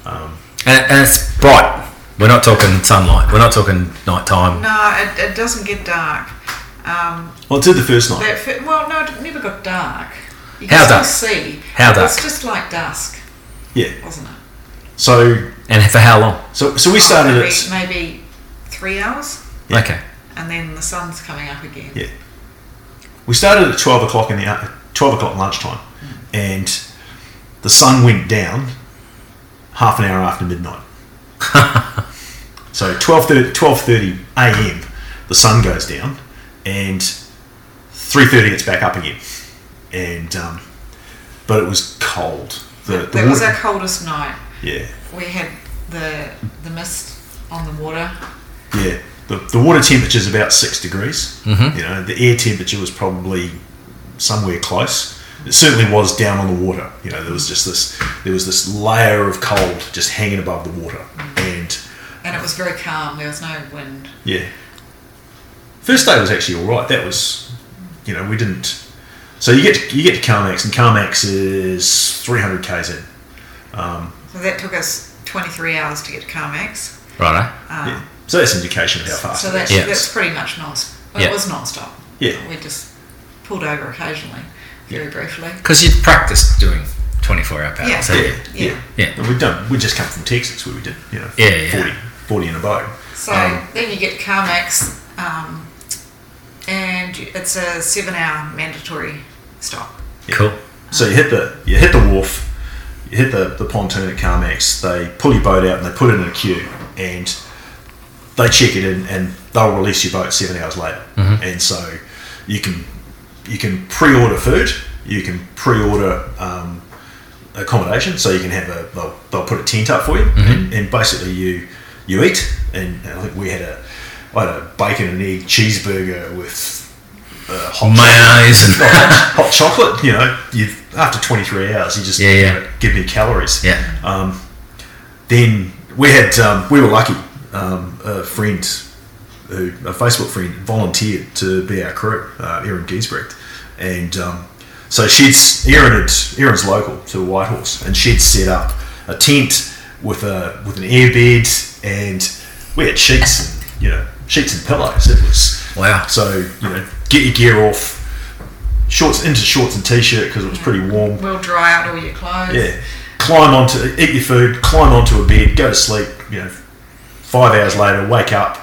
Um, And, and it's bright. We're not talking sunlight. We're not talking nighttime. No, it, it doesn't get dark. Um, well, it did the first night. that fi- well, no, it never got dark. You How can dark? still see. How It was dark? just like dusk, Yeah. wasn't it? So And for how long? so so we started maybe, at maybe three hours, Yeah. Okay. and then the sun's coming up again. Yeah. we started at twelve o'clock in the a- twelve o'clock lunchtime, and the sun went down half an hour after midnight. so 12.30 12.30 a.m. the sun goes down, and three thirty it's back up again, and um, but it was cold. The, the That was water- our coldest night. yeah. We had the the mist on the water. Yeah, the, the water temperature is about six degrees. Mm-hmm. You know, the air temperature was probably somewhere close. It certainly was down on the water. You know, there was just this there was this layer of cold just hanging above the water, and And it was very calm. There was no wind. yeah. First day was actually all right. That was, you know, we didn't. So you get to, you get to Carmax, and Carmax is 300 k's in. So that took us 23 hours to get to Carmax. Righto. Um, Yeah. So that's an indication of how fast. So it that's, is. Yeah. that's pretty much non-stop. Yeah. It was non-stop. Yeah. We just pulled over occasionally, very briefly. Because you'd practiced doing 24 hour Yeah. paddles. Yeah, hadn't yeah, you? Yeah. Yeah. And we done. We just come from Texas where we did, you know, Yeah, yeah. 40, 40 in a boat. So Um, then you get CarMax, um, and you- it's a seven-hour mandatory stop. Cool. So you hit the you hit the wharf, you hit the, the pontoon at Carmax. They pull your boat out and they put it in a queue, and they check it in and they'll release your boat seven hours later. And so you can you can pre-order food, you can pre-order um, accommodation, so you can have a they'll, they'll put a tent up for you, and, and basically you you eat. And, and I think we had a I had a bacon and egg cheeseburger with uh, hot Mayonnaise and. hot chocolate, you know, you after 23 hours, you just Yeah, yeah. You know, give me calories. Yeah. Um, then we had, um, we were lucky. Um, a friend, who, a Facebook friend, volunteered to be our crew, uh, Erin Giesbrecht. And um, so she's, Erin had, Erin's local to Whitehorse, and she'd set up a tent with a with an airbed, and we had sheets and, you know, sheets and pillows. It was, Wow. so you know, get your gear off, shorts into shorts and t-shirt because it was pretty warm. We'll dry out all your clothes. Yeah, climb onto, eat your food, climb onto a bed, go to sleep. You know, five hours later, wake up,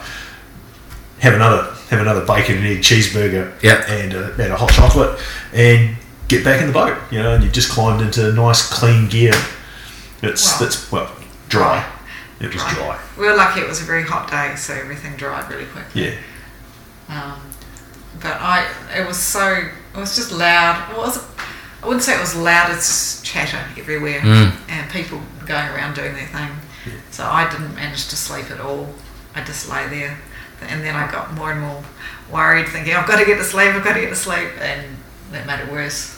have another have another bacon and egg cheeseburger, Yeah. and a, and a hot chocolate, and get back in the boat. You know, and you've just climbed into nice clean gear. It's Wow. that's well dry. It was dry. We were lucky; it was a very hot day, so everything dried really quick. Yeah, Um, but I, it was so, it was just loud. It was, I wouldn't say it was loud. It's just chatter everywhere, and people going around doing their thing. So I didn't manage to sleep at all. I just lay there, and then I got more and more worried, thinking I've got to get to sleep. I've got to get to sleep, and that made it worse.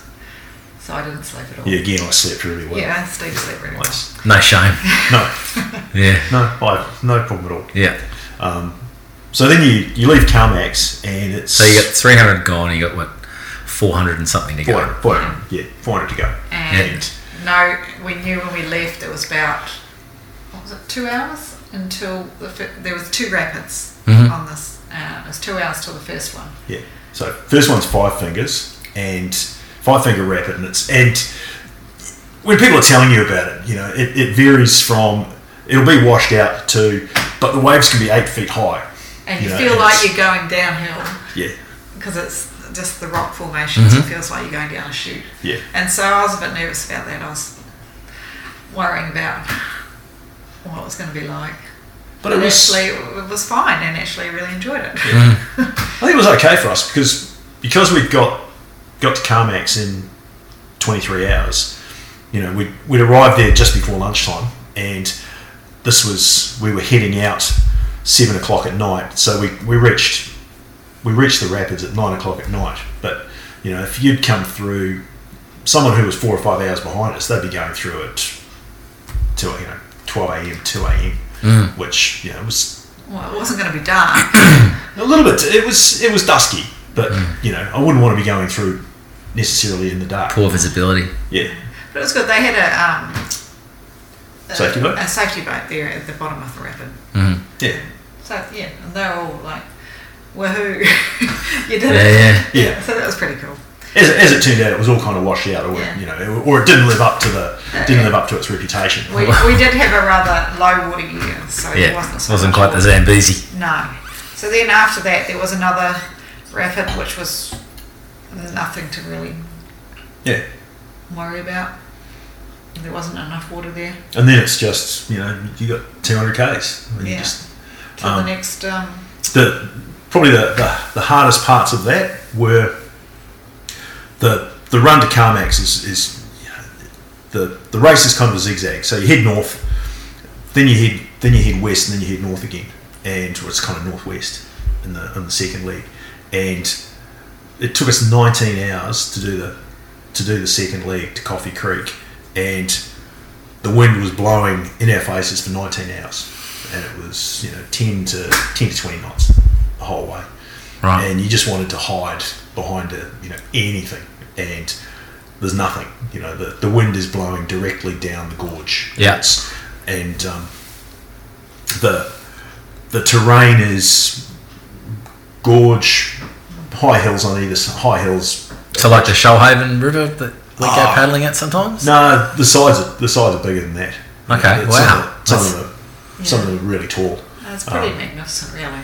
So I didn't sleep at all. yeah. Again, I slept really well. yeah Steve slept really well. Nice. No shame. No, Yeah. no, I no problem at all. Yeah. So then you, you leave CarMax and it's So you got 300 gone, you got what? 400 and something to go. 400, 400, yeah, 400 to go. And no, we knew when we left it was about what was it two hours until the fir- there was two rapids Mm-hmm. on this. Uh, it was two hours till the first one. Yeah. So first one's Five Fingers and Five Finger Rapid, and it's and when people are telling you about it, you know, it, it varies from it'll be washed out to, but the waves can be eight feet high. And you know, feel like it's- you're going downhill yeah, because it's just the rock formations. It feels like you're going down a chute. Mm-hmm. yeah, And so I was a bit nervous about that. I was worrying about what it was going to be like. but it was actually, it was fine, and actually, I really enjoyed it. I think it was okay for us because because we'd got got to Carmax in 23 hours. You know, we'd, we'd arrived there just before lunchtime, and this was we were heading out seven o'clock at night. So we, we reached we reached the rapids at nine o'clock at night. But you know, if you'd come through, someone who was four or five hours behind us, they'd be going through it till you know 12 a.m. 2 a.m. Which you know was Well, it wasn't going to be dark. a little bit. It was it was dusky, But you know, I wouldn't want to be going through necessarily in the dark. Poor visibility. Yeah, But it was good. They had a, um, a Safety boat? a safety boat there at the bottom of the rapid. yeah, So yeah, and they were all like, "Woohoo, you did Yeah, yeah. it!" yeah. So that was pretty cool. As, as it turned out, it was all kind of washed out, or Yeah. you know, it- or it didn't live up to the didn't live up to its reputation. We, we did have a rather low water year, so Yeah, it wasn't so wasn't much quite the water. Zambezi. No. So then after that, there was another rapid, which was nothing to really Yeah, worry about. There wasn't enough water there and then it's just you know you got 200 k's. And you Yeah. just, till Um, the next. Um, the probably the, the, the hardest parts of that were the the run to Carmax is, is you know, the the race is kind of a zigzag. So you head north, then you head then you head west, and then you head north again, and well, it's kind of northwest in the in the second leg, and it took us 19 hours to do the to do the second leg to Coffee Creek, and the wind was blowing in our faces for 19 hours, and it was you know 10 to 10 to 20 knots the whole way, Right. and you just wanted to hide behind a, you know anything, and there's nothing. You know the the wind is blowing directly down the gorge. Yeah. It's- and um, the the terrain is gorge, high hills on either side, high hills. So like the Shoalhaven River that we go Ah. paddling at sometimes. No, the sides are, the sides are bigger than that. Okay, It's wow. Some of, the- some, of the, some of them are really tall. It's pretty Um, magnificent, really.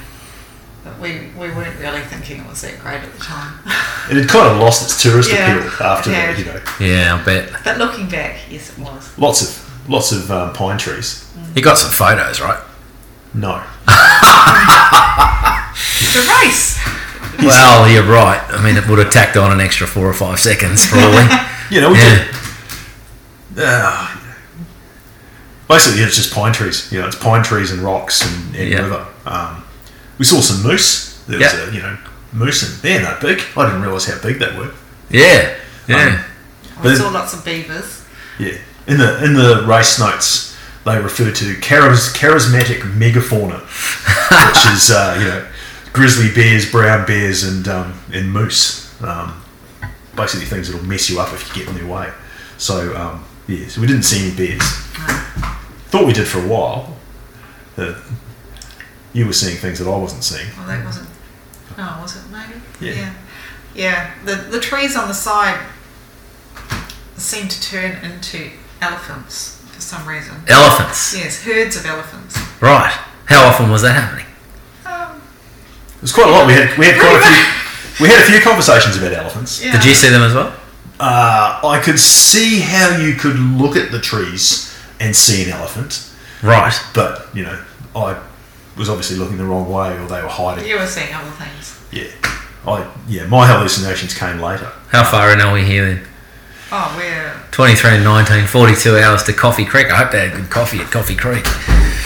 But we, we weren't really thinking it was that great at the time. And it kind of lost its tourist Yeah. appeal after Yeah. the, you know Yeah, I bet But looking back, yes, it was. lots of lots of um, pine trees. you got some photos, right? No, The race! Well, you're right. I mean, it would have tacked on an extra four or five seconds probably. you know we Yeah. did. Uh, basically, it's just pine trees. You know, it's pine trees and rocks and, and Yeah. river. Um, we saw some moose. There was Yeah. a you know moose and they're no big. I didn't realise how big they were. yeah, Um, yeah. We But- saw lots of beavers. Yeah. In the in the race notes, they refer to charis- charismatic megafauna, which is uh, you know grizzly bears, brown bears, and um, and moose. Um, basically, things that'll mess you up if you get in their way. So um, yeah, so we didn't see any bears. Thought we did for a while. Uh, you were seeing things that I wasn't seeing. Well, that wasn't. No, was it maybe? Yeah. Yeah. Yeah. The, the trees on the side seemed to turn into elephants for some reason. Elephants, Yes, herds of elephants. right? How often was that happening? Um, It was quite a lot. We had we had quite a few. We had a few conversations about elephants. yeah. Did you see them as well? Uh, I could see how you could look at the trees and see an elephant, Right. but you know, I was obviously looking the wrong way, or they were hiding. You were seeing other things. Yeah, I yeah, my hallucinations came later. How far in are we here then? Oh, we're. 23 and 19, 42 hours to Coffee Creek. I hope they had good coffee at Coffee Creek.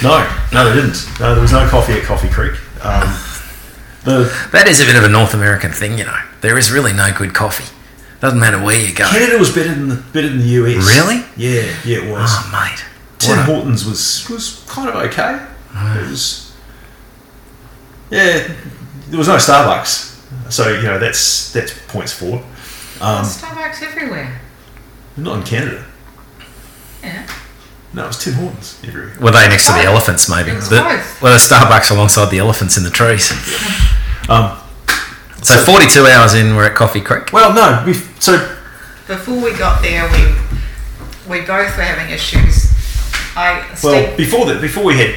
No, no, they didn't. No, there was no coffee at Coffee Creek. Um, the That is a bit of a North American thing, you know. There is really no good coffee. Doesn't matter where you go. Canada was better than the better than the US. Really? Yeah, yeah, it was. Oh, mate. Tim Hortons was was kind of okay. It was yeah. There was no Starbucks, so you know that's that's points forward. Um, There's Starbucks everywhere. not in Canada. Yeah. No, it was Tim Hortons everywhere. Were they next to the elephants, maybe? It was The- both. Well, the Starbucks alongside the elephants in the trees. Um, So 42 hours in, we're at Coffee Creek. well, no, we so Before we got there, we we both were having issues. I well Steve, before that before we had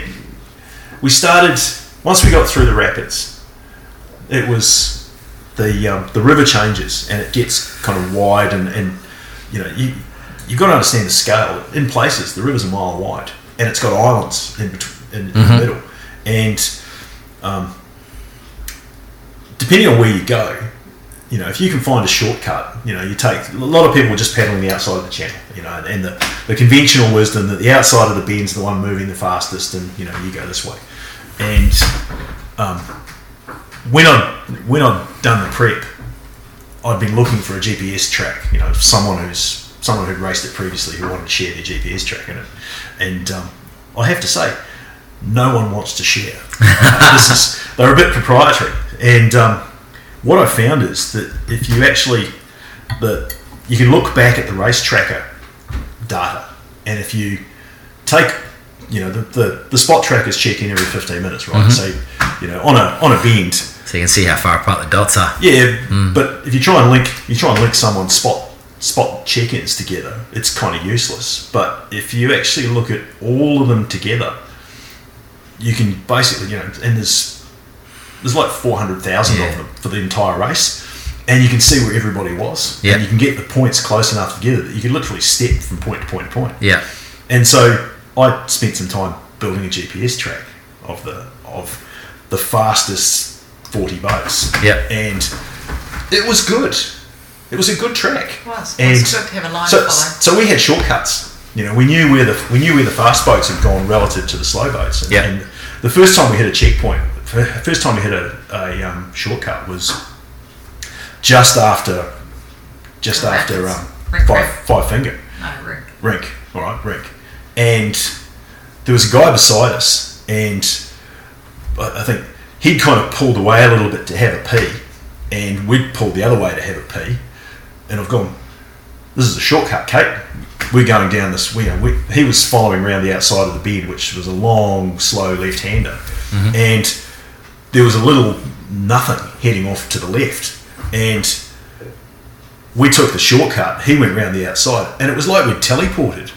we started once we got through the rapids. It was the um, the river changes and it gets kind of wide and, and you know you you've got to understand the scale. In places, the river's a mile wide and it's got islands in between in, in the middle and um, depending on where you go, you know, if you can find a shortcut, you know, you take a lot of people are just paddling the outside of the channel, you know, and, and the, the conventional wisdom that the outside of the bend's the one moving the fastest, and you know, you go this way. And um, when I when I'd done the prep, I'd been looking for a GPS track, you know, someone who's someone who'd raced it previously who wanted to share their GPS track in it, and um, I have to say, no one wants to share. Uh, this is they're a bit proprietary, and um, what I found is that if you actually that you can look back at the race tracker data, and if you take you know the, the, the spot trackers check in every 15 minutes right so you know on a on a bend So you can see how far apart the dots are. yeah, Mm. but if you try and link, you try and link someone's spot spot check-ins together, it's kind of useless. But if you actually look at all of them together, you can basically, you know, and there's there's like four hundred thousand Yeah. of them for the entire race, and you can see where everybody was, Yeah. and you can get the points close enough together that you can literally step from point to point to point. Yeah. And so I spent some time building a GPS track of the of the fastest forty boats. Yep. And it was good. It was a good track. Was. And It's good to have a line so, to so follow. we had shortcuts. You know, we knew where the we knew where the fast boats had gone relative to the slow boats. And, Yep. and the first time we hit a checkpoint, the fir- first time we hit a, a um, shortcut was just after just The after rapids. um, Rec- five rec. five finger No, Rick. rink, all right, rink. And there was a guy beside us, and I I think he'd kind of pulled away a little bit to have a pee, and we'd pulled the other way to have a pee. And I've gone, this is a shortcut, Kate. We're going down this. We, we, he was following around the outside of the bed, which was a long, slow left-hander, and there was a little nothing heading off to the left, and we took the shortcut. He went round the outside, and it was like we teleported.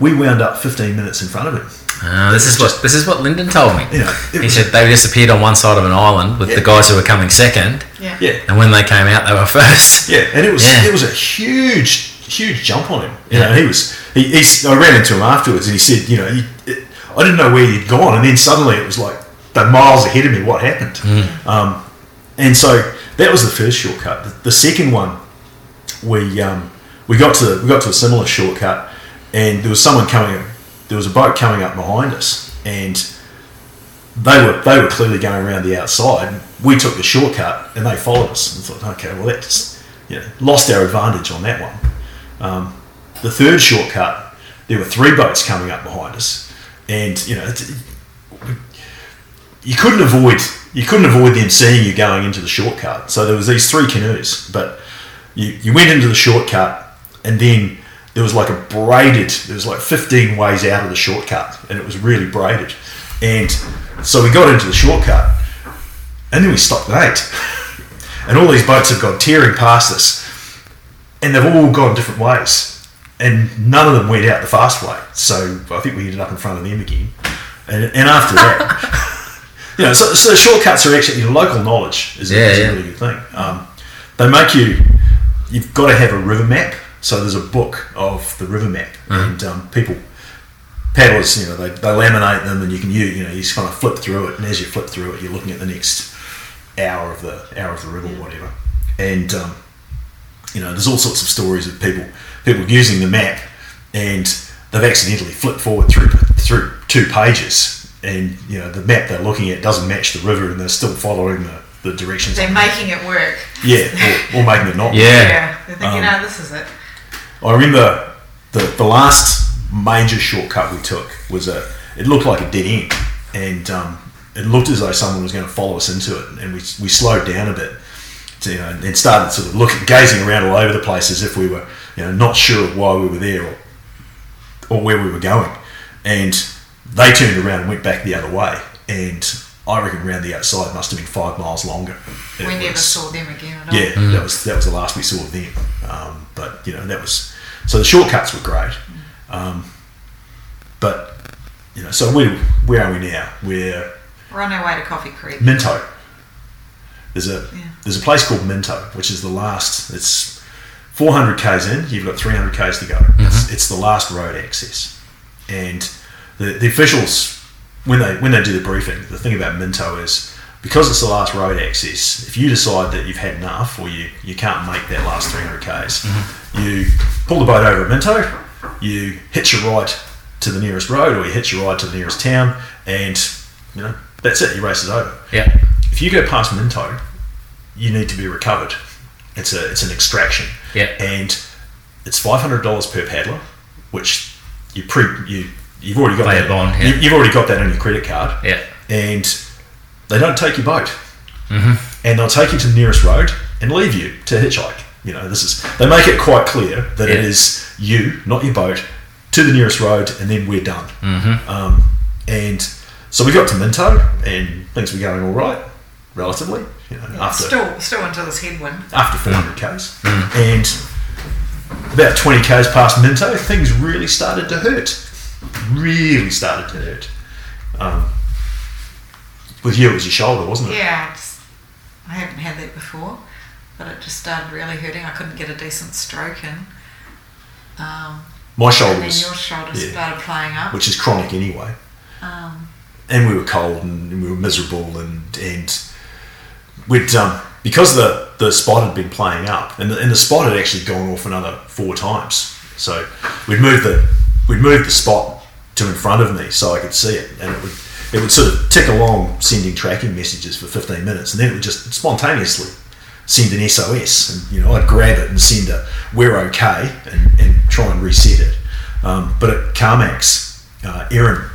We wound up 15 minutes in front of him. Uh, this is what this is what Lyndon told me. Yeah, it he was- said they disappeared on one side of an island with the Yeah. guys who were coming second, Yeah. Yeah, and when they came out, they were first. yeah, and it was Yeah. it was a huge huge jump on him. You know, he was he, he s- I ran into him afterwards, and he said, you know, he, it, I didn't know where he'd gone, and then suddenly it was like the miles ahead of me. What happened? Um, and so that was the first shortcut. The, the second one, we um, we got to we got to a similar shortcut, and there was someone coming. There was a boat coming up behind us, and they were they were clearly going around the outside. We took the shortcut and they followed us. And thought, okay, well that's you know, lost our advantage on that one. Um, the third shortcut, there were three boats coming up behind us, and you know it's, you couldn't avoid you couldn't avoid them seeing you going into the shortcut. So there was these three canoes, but you, you went into the shortcut and then there was like a braided there was like 15 ways out of the shortcut and it was really braided and so we got into the shortcut and then we stopped at eight and all these boats have gone tearing past us and they've all gone different ways and none of them went out the fast way so i think we ended up in front of them again and, and after that you know so, so shortcuts are actually you know, local knowledge is, a- Yeah, is yeah. a really good thing um, they make you you've got to have a river map so there's a book of the river map Mm-hmm. and um, people paddlers you know they, they laminate them and you can use you know you just kind of flip through it and as you flip through it you're looking at the next hour of the hour of the river or whatever and um, you know, there's all sorts of stories of people people using the map and they've accidentally flipped forward through through two pages and you know the map they're looking at doesn't match the river and they're still following the, the directions. They're making it work. yeah, Um, or, or making it not. Yeah. Yeah. They're thinking, oh, this is it. I remember the the last major shortcut we took was a it looked like a dead end and um, it looked as though someone was going to follow us into it and we, we slowed down a bit to, you know, and started sort of looking gazing around all over the place as if we were you know not sure why we were there or or where we were going. And they turned around and went back the other way. And I reckon round the outside must have been five miles longer. It We never was- saw them again at all. yeah, that was that was the last we saw of them. Um, but you know that was so the shortcuts were great. Um, but you know, so we where are we now? We're We're on our way to Coffee Creek. Minto. There's a Yeah. there's a place called Minto, which is the last. It's 400 k's in. You've got 300 k's to go. It's, it's the last road access, and the, the officials when they when they do the briefing, the thing about Minto is because it's the last road access. If you decide that you've had enough or you you can't make that last 300 k's, you pull the boat over at Minto. You hitch a ride to the nearest road, or you hitch a ride to the nearest town, and you know that's it. Your race is over Yeah. if you go past Minto, you need to be recovered. It's a it's an extraction. Yeah. And it's five hundred dollars per paddler, which you pre you you've already got Pay a that bond, yeah. you, have already got that on your credit card. Yeah. And they don't take your boat. Mm-hmm. and they'll take you to the nearest road and leave you to hitchhike. You know, this is they make it quite clear that it Yeah. is you, not your boat, to the nearest road, and then we're done. Mm-hmm. Um, and so we got to Minto, and things were going all right, relatively. You know, after Still, still into this headwind. after 400 k's, and about 20 k's past Minto, things really started to hurt. Really started to hurt. Um, with you, it was your shoulder, wasn't it? Yeah, I, just, I haven't had that before, but it just started really hurting. I couldn't get a decent stroke in. Um, My and shoulder then was, your shoulder yeah. started playing up. which is chronic anyway. Um, and we were cold and we were miserable and and we'd um, because the the spot had been playing up and the, and the spot had actually gone off another four times so we'd moved the we'd moved the spot to in front of me so I could see it and it would it would sort of tick along sending tracking messages for 15 minutes and then it would just spontaneously send an SOS and you know I'd grab it and send a we're okay and, and try and reset it um, but at CarMax uh, Erin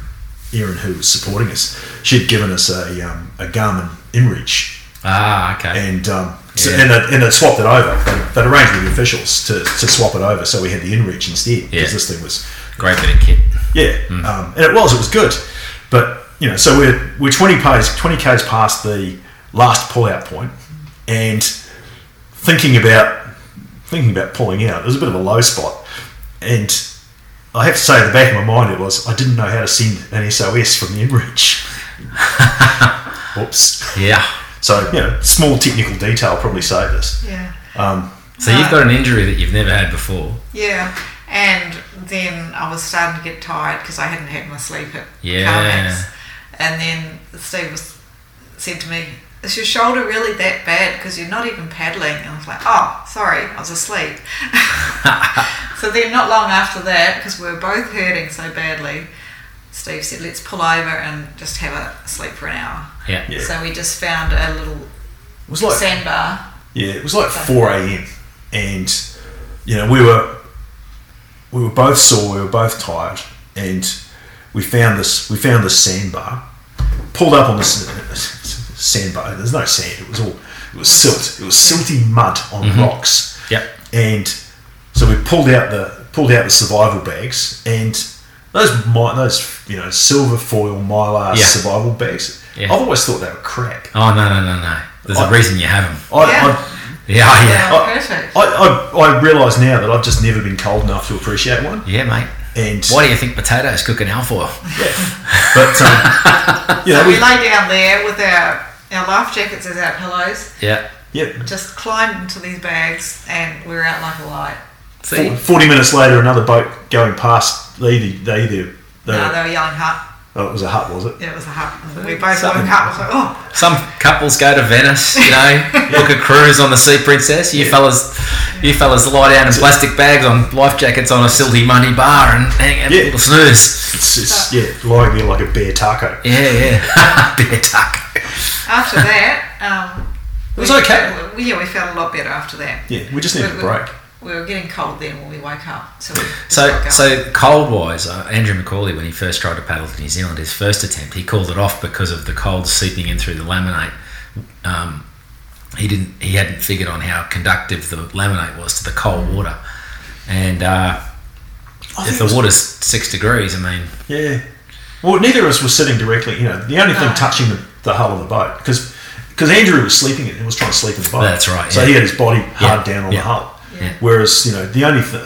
Erin, who was supporting us, she'd given us a, um, a Garmin InReach, Ah, okay. and um, so- Yeah. and, they'd, and they'd swapped it over. They'd, they'd arranged with the officials to, to swap it over, so we had the InReach instead because Yeah. Mm. this thing was Great bit of kit. yeah, um, and it was it was good, but you know, so we're we're twenty k's twenty k's past the last pull-out point, and thinking about thinking about pulling out. It was a bit of a low spot, and I have to say, at the back of my mind, it was I didn't know how to send an SOS from the inReach. Oops. Yeah. So you know, small technical detail probably saved us. yeah. Um, So Ah. you've got an injury that you've never had before. Yeah, and then I was starting to get tired because I hadn't had my sleep at Yeah. CarMax. And then Steve was said to me, "Is your shoulder really that bad? Because you're not even paddling." And I was like, "Oh, sorry, I was asleep." so then, not long after that, because we were both hurting so badly, Steve said, "Let's pull over and just have a sleep for an hour." Yeah. Yeah. So we just found a little it was like sandbar. Yeah, it was like four a.m. and you know we were we were both sore, we were both tired, and we found this we found this sandbar, pulled up on this sandbar. There's no sand. It was all it was silt. It was silty mud on rocks. Yep. And so we pulled out the pulled out the survival bags and those mi- those you know silver foil mylar Yeah. survival bags. Yeah. I've always thought they were crap. Oh no no no no. There's I- a reason you have them. I, Yeah. I, Yeah oh, yeah Oh, perfect. I, I, I realise now that I've just never been cold enough to appreciate one. yeah mate. And Why do you think potatoes cook in alfoil? yeah. but um, you know, So we we, lay down there with our our life jackets as our pillows. Yeah. yeah. just climbed into these bags and we were out like a light. See. Forty minutes later, another boat going past. They either they either they, No, they were yelling hut. oh, it was a hut, was it? It was a hut. We both Something. woke up. and was like, oh, Some couples go to Venice, you know, book a cruise on the Sea Princess. You fellas, you fellas lie down in plastic bags on life jackets on a silty money bar and hang out Yeah. a little snooze. It's, it's yeah, lying there like a bear taco. Yeah, yeah, beer tuck. after that, um, it was okay. We, yeah, we felt a lot better after that. Yeah, we just needed We- a we- break. We were getting cold then when we woke up, so we just So, woke up. so cold wise, uh, Andrew McCauley, when he first tried to paddle to New Zealand, his first attempt, he called it off because of the cold seeping in through the laminate. Um, he didn't. He hadn't figured on how conductive the laminate was to the cold water, and uh, I if think it the was- water's six degrees, I mean, Yeah. Well, neither of us were sitting directly. You know, the only thing No. touching the, the hull of the boat because because Andrew was sleeping and was trying to sleep in the boat. That's right, So yeah. he had his body hard down on yeah. the hull. Yeah. Whereas you know the only thing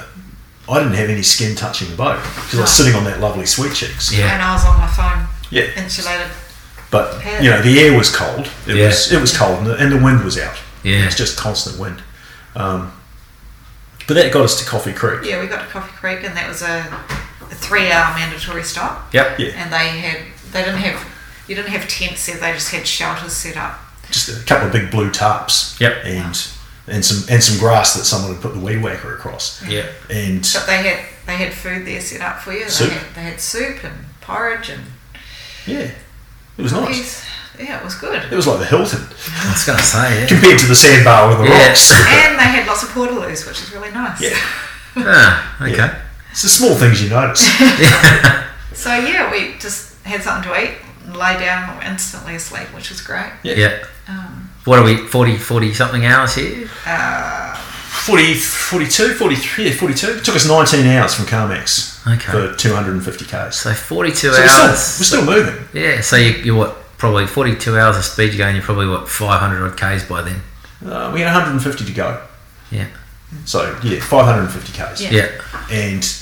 I didn't have any skin touching the boat because I was sitting on that lovely sweet cheeks. yeah. and I was on my phone, Yeah. insulated. But you know the air was cold. It Yeah. was it was cold and the, and the wind was out. Yeah. It was just constant wind. Um, but that got us to Coffee Creek. Yeah, we got to Coffee Creek, and that was a, a three-hour mandatory stop. Yep. Yeah. And they had, they didn't have, you didn't have tents there. They just had shelters set up. just a couple of big blue tarps. Yep. And and some and some grass that someone had put the weed whacker across. Yeah. And But they had they had food there set up for you. Soup. They had, they had soup and porridge and yeah, it was nice. cookies. Yeah, it was good. It was like the Hilton I was going to say, yeah. compared to the sandbar with the Yeah. rocks. And they had lots of portaloos, which is really nice. Yeah. Ah, okay. Yeah. It's the small things you notice. So yeah, we just had something to eat, and lay down and were instantly asleep, which was great. Yeah. Um, What are we, 40, 40 something hours here? uh, 40, 42, 43, yeah, 42. It took us 19 hours from Carmex Okay. for 250 Ks. So 42 So we're hours. still, we're still moving. yeah, so you, you're what, probably 42 hours of speed you're going, you're probably what, 500 odd Ks by then. Uh, we had 150 to go. Yeah. So, yeah, 550 Ks. Yeah. Yeah. And,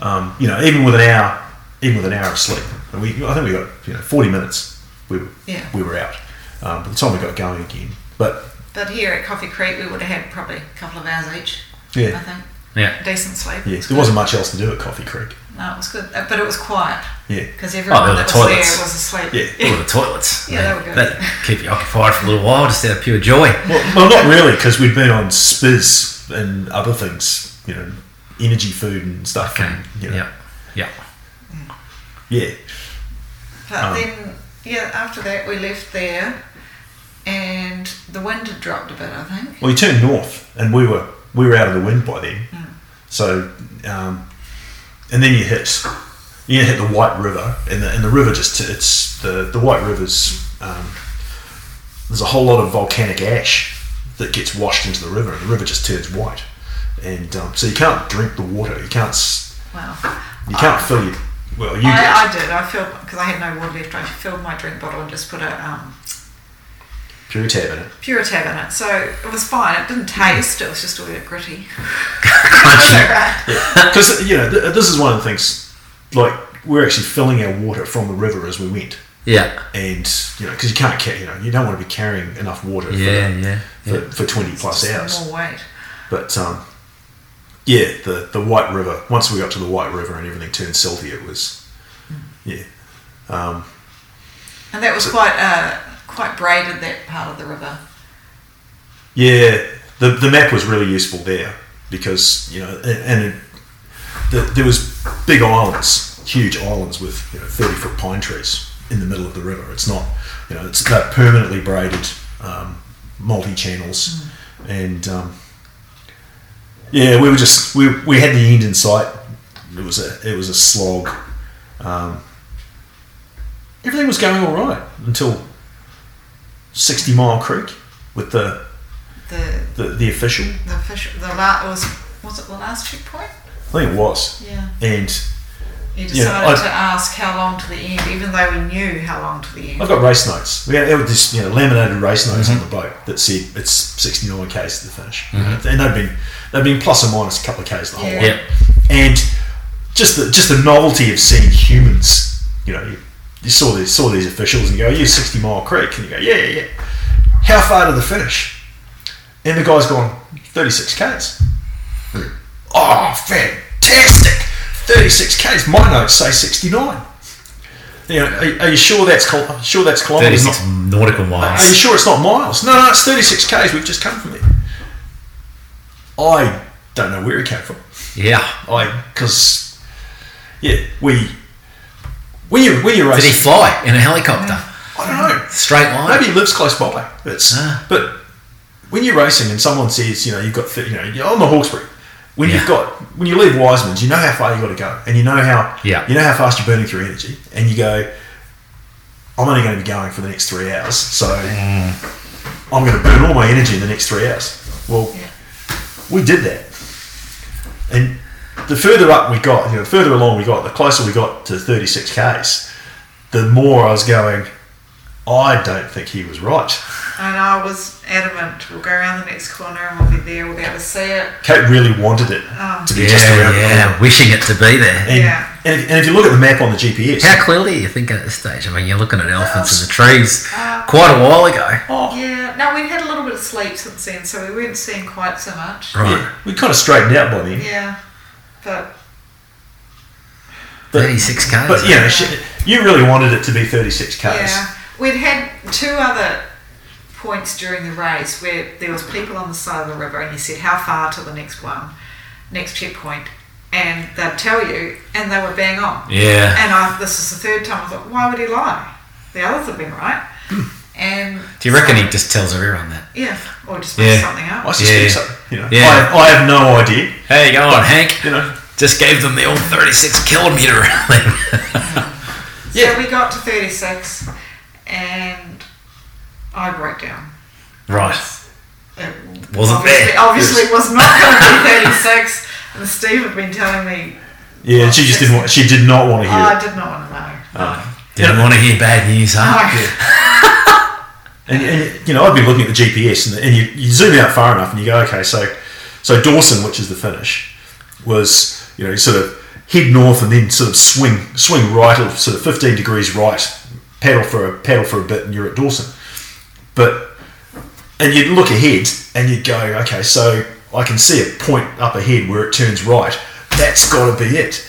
um, you know, even with an hour, even with an hour of sleep, and we, I think we got, you know, 40 minutes, we were, Yeah. we were out. Um, by the time we got going again. But, but here at Coffee Creek, we would have had probably a couple of hours each. I yeah, think Yeah. decent sleep. yeah, there wasn't much else to do at Coffee Creek. No, it was good, Uh, but it was quiet Yeah. because Oh, everyone there were that was toilets. there was asleep. Yeah. All the toilets. Yeah, they were good. That'd keep you occupied for a little while just out of pure joy. Well, well not really, because we'd been on spiz and other things, you know, energy food and stuff. Okay. And, you know, Yeah. Yeah. Yeah. But Um, then, yeah, after that we left there, and the wind had dropped a bit. I think. Well, he turned north, and we were we were out of the wind by then. Hmm. So, um, and then you hit you hit the White River, and the, and the river just it's the the White River's um, there's a whole lot of volcanic ash that gets washed into the river, and the river just turns white, and um, so you can't drink the water. You can't s- Wow. you can't fill your well you did. I, I did. I filled because I had no water left. I filled my drink bottle and just put a um, pure tab in it. pure tab in it, so it was fine. It didn't Hmm. taste. It was just a bit gritty. Right. Because you know th- this is one of the things like we're actually filling our water from the river as we went. Yeah. and you know because you can't carry you know you don't want to be carrying enough water Yeah. for, Yeah. for, for 20 plus Just hours More weight. but um yeah the the white river once we got to the white river and everything turned silty it was yeah And that was quite uh, quite braided that part of the river. yeah the the map was really useful there because you know and, and it, the, there was big islands huge islands with you know 30 foot pine trees in the middle of the river it's not you know it's that permanently braided um, multi channels and um, Yeah, we were just we, we had the end in sight. It was a it was a slog. Um, everything was going all right until sixty mile creek with the The the, the official. the fish the la- was was it the last checkpoint? I think it was, Yeah. and You decided Yeah, I- to ask how long to the end, even though we knew how long to the end. I've got race notes. We had it was just you know laminated race notes on the boat that said it's sixty nine k's to the finish, and they've been they've been plus or minus a couple of k's the whole Yeah. way. Yeah. and just the just the novelty of seeing humans. You know, you, you saw these saw these officials and you go, "You're sixty mile creek," and you go, "Yeah, yeah, yeah." How far to the finish? And the guy's gone thirty six k's. Oh, fantastic! Thirty six k's. My notes say sixty nine. You know, are, are you sure that's kil- sure that's kilometers? not- 36 nautical are you miles. sure it's not miles? No, no, it's 36 k's. We've just come from it. I don't know where he came from. Yeah. I because yeah, we when you when you Did he racing, fly in a helicopter? I don't know. Straight line? Maybe he lives close by. It's Ah. but when you're racing and someone says you know you've got th- you know you're on the Hawkesbury. When Yeah. you've got when you leave Wiseman's, you know how far you got to go, and you know how Yeah. you know how fast you're burning through energy, and you go. I'm only going to be going for the next three hours, so Mm. I'm going to burn all my energy in the next three hours. Well, Yeah. we did that. And the further up we got, you know, the further along we got, the closer we got to 36 k's, the more I was going. I don't think he was right. And I was adamant, we'll go around the next corner and we'll be there, we'll be able to see it. Kate really wanted it to be Yeah, just around the corner. yeah. Wishing it to be there. And, Ah. Yeah. and, if, and if you look at the map on the GPS, How clearly are you thinking at this stage? I mean, you're looking at elephants in the trees uh, quite a while ago. oh, Yeah, no, we'd had a little bit of sleep since then, so we weren't seeing quite so much. Right. yeah, we kind of straightened out by then. Yeah, but 36 Ks. But you know, she, you really wanted it to be 36 k's. yeah, we'd had two other points during the race where there was people on the side of the river, and you said how far to the next one, next checkpoint, and they'd tell you, and they were bang on. Yeah. And I, this is the third time I thought, why would he lie? The others have been right. Hmm. And Do you reckon he just tells everyone that? Yeah, or just make Yeah. something up. I suspect Yeah. so. You know, Yeah. I, have, I have no idea. Hey, go on, Hank. You know, Just gave them the old 36 kilometre rally. Yeah. So we got to 36 and I broke down. Right. It Wasn't obviously, there. Obviously was not going to be 36. And Steve had been telling me, Yeah, and she just didn't. Want, she did not want to oh, hear. I it. did not want to know. Uh-huh. Didn't want to hear bad news, huh? No. And, and you know, I've been looking at the GPS, and, and you, you zoom out far enough, and you go, okay, so so Dawson, which is the finish, was you know sort of head north and then sort of swing swing right of sort of fifteen degrees right, paddle for a paddle for a bit, and you're at Dawson. But and you look ahead, and you go, okay, so I can see a point up ahead where it turns right. That's got to be it.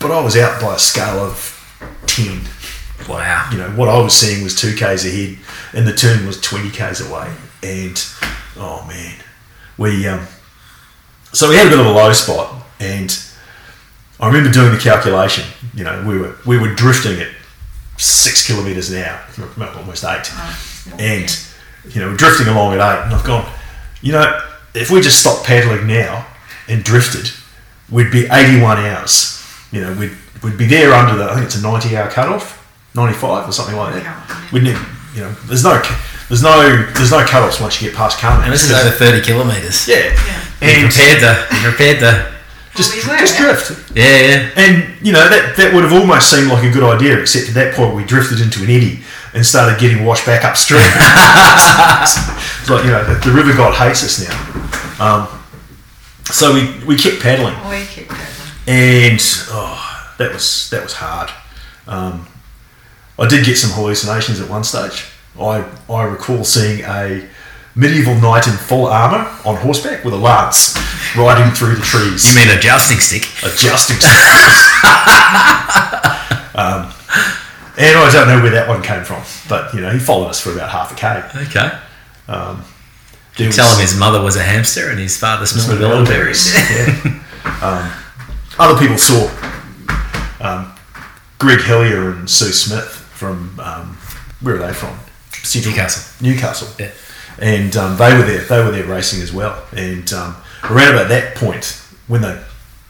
But I was out by a scale of ten Wow. you know what I was seeing was two k's ahead, and the turn was twenty k's away. And oh man, we um, so we had a bit of a low spot, and I remember doing the calculation. You know, we were we were drifting at six kilometres an hour, well, almost eight, and you know we're drifting along at eight. And I've gone, you know, if we just stopped paddling now and drifted, we'd be eighty-one hours. You know, we'd we'd be there under the I think it's a ninety-hour cutoff, ninety-five or something like that. We'd need, you know, there's no there's no there's no cutoffs once you get past Carmen. And this is over 30 kilometres. yeah, You and prepared to, you prepared to, just Well, we were. just drift. yeah, yeah. And you know that that would have almost seemed like a good idea, except at that point we drifted into an eddy and started getting washed back upstream. it's like you know the, the river god hates us now. Um, so we we kept paddling, We kept going. and oh, that was that was hard. Um, I did get some hallucinations at one stage. I I recall seeing a medieval knight in full armour on horseback with a lance riding through the trees You mean a jousting stick? adjusting circumstances. um, and I don't know where that one came from, but you know, he followed us for about half a k. Okay. There was- Tell him his mother was a hamster and his father smelled of elderberries. Yeah. um, other people saw um, Greg Hellier and Sue Smith from um, where are they from? Central- Newcastle. Newcastle. Yeah. And um, they were there. They were there racing as well. And um, around about that point, when they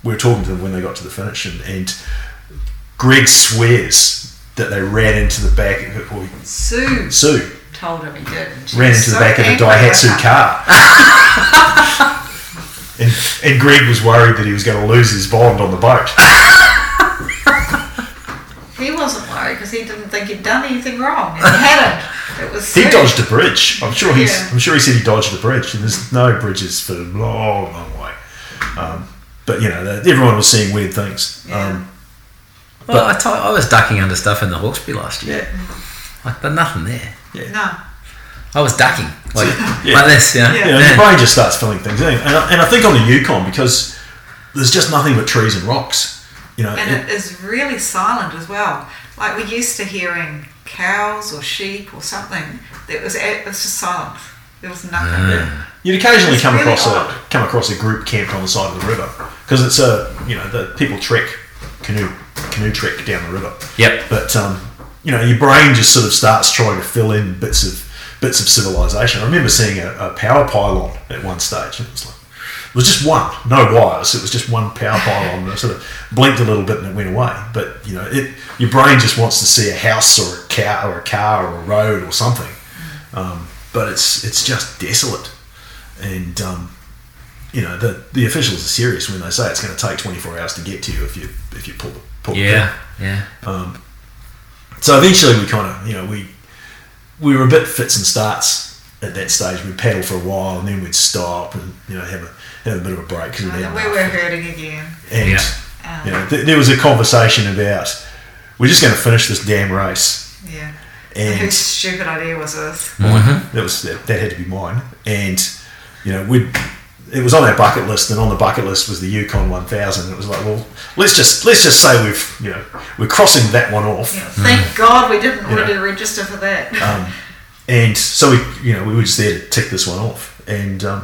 we were talking to them when they got to the finish, and, and Greg swears that they ran into the back. Of, or Sue Sue told him he did. and she ran was into the so back of a angry Daihatsu about it. car. and, and Greg was worried that he was going to lose his bond on the boat. He wasn't worried because he didn't think he'd done anything wrong. And he hadn't. It was He Sue. dodged a bridge. I'm sure he's. Yeah. I'm sure he said he dodged a bridge, and there's no bridges for a long, long way. Um, but you know, that- everyone was seeing weird things. Um, Well, I, told, I was ducking under stuff in the Hawkesbury last year. yeah. Like, there's nothing there. No. I was ducking. Like, Yeah. like this, you know. you know, your brain just starts filling things in. And I, and I think on the Yukon because there's just nothing but trees and rocks. You know, And it- it is really silent as well. Like we're used to hearing cows or sheep or something. It was it was just silent. There was nothing. you'd occasionally It's come really across odd. a come across a group camped on the side of the river because it's a you know the people trek canoe canoe trek down the river. Yep. But um, you know, your brain just sort of starts trying to fill in bits of bits of civilization. I remember seeing a, a power pylon at one stage, and it was like it was just one, no wires. It was just one power pylon, and it sort of blinked a little bit and it went away. But you know, it your brain just wants to see a house or a cow or a car or a road or something. Um, but it's it's just desolate, and um, you know the the officials are serious when they say it's going to take 24 hours to get to you if you if you pull the pull the Yeah, yeah. so eventually we kind of, you know, we we were a bit fits and starts at that stage. We'd paddle for a while and then we'd stop and, you know, have a, have a bit of a break. Cause we'd had And Oh, we enough. were Um. hurting again. And, Yeah. you know, th- there was a conversation about, we're just going to finish this damn race. Yeah. And Whose stupid idea was this? that was that, that had to be mine. And you know, we it was on our bucket list, and on the bucket list was the Yukon 1000. It was like, well, let's just let's just say we've you know we're crossing that one off. Yeah. Thank God we didn't want Hmm. Yeah. to register for that. and so we you know we were just there to tick this one off and um,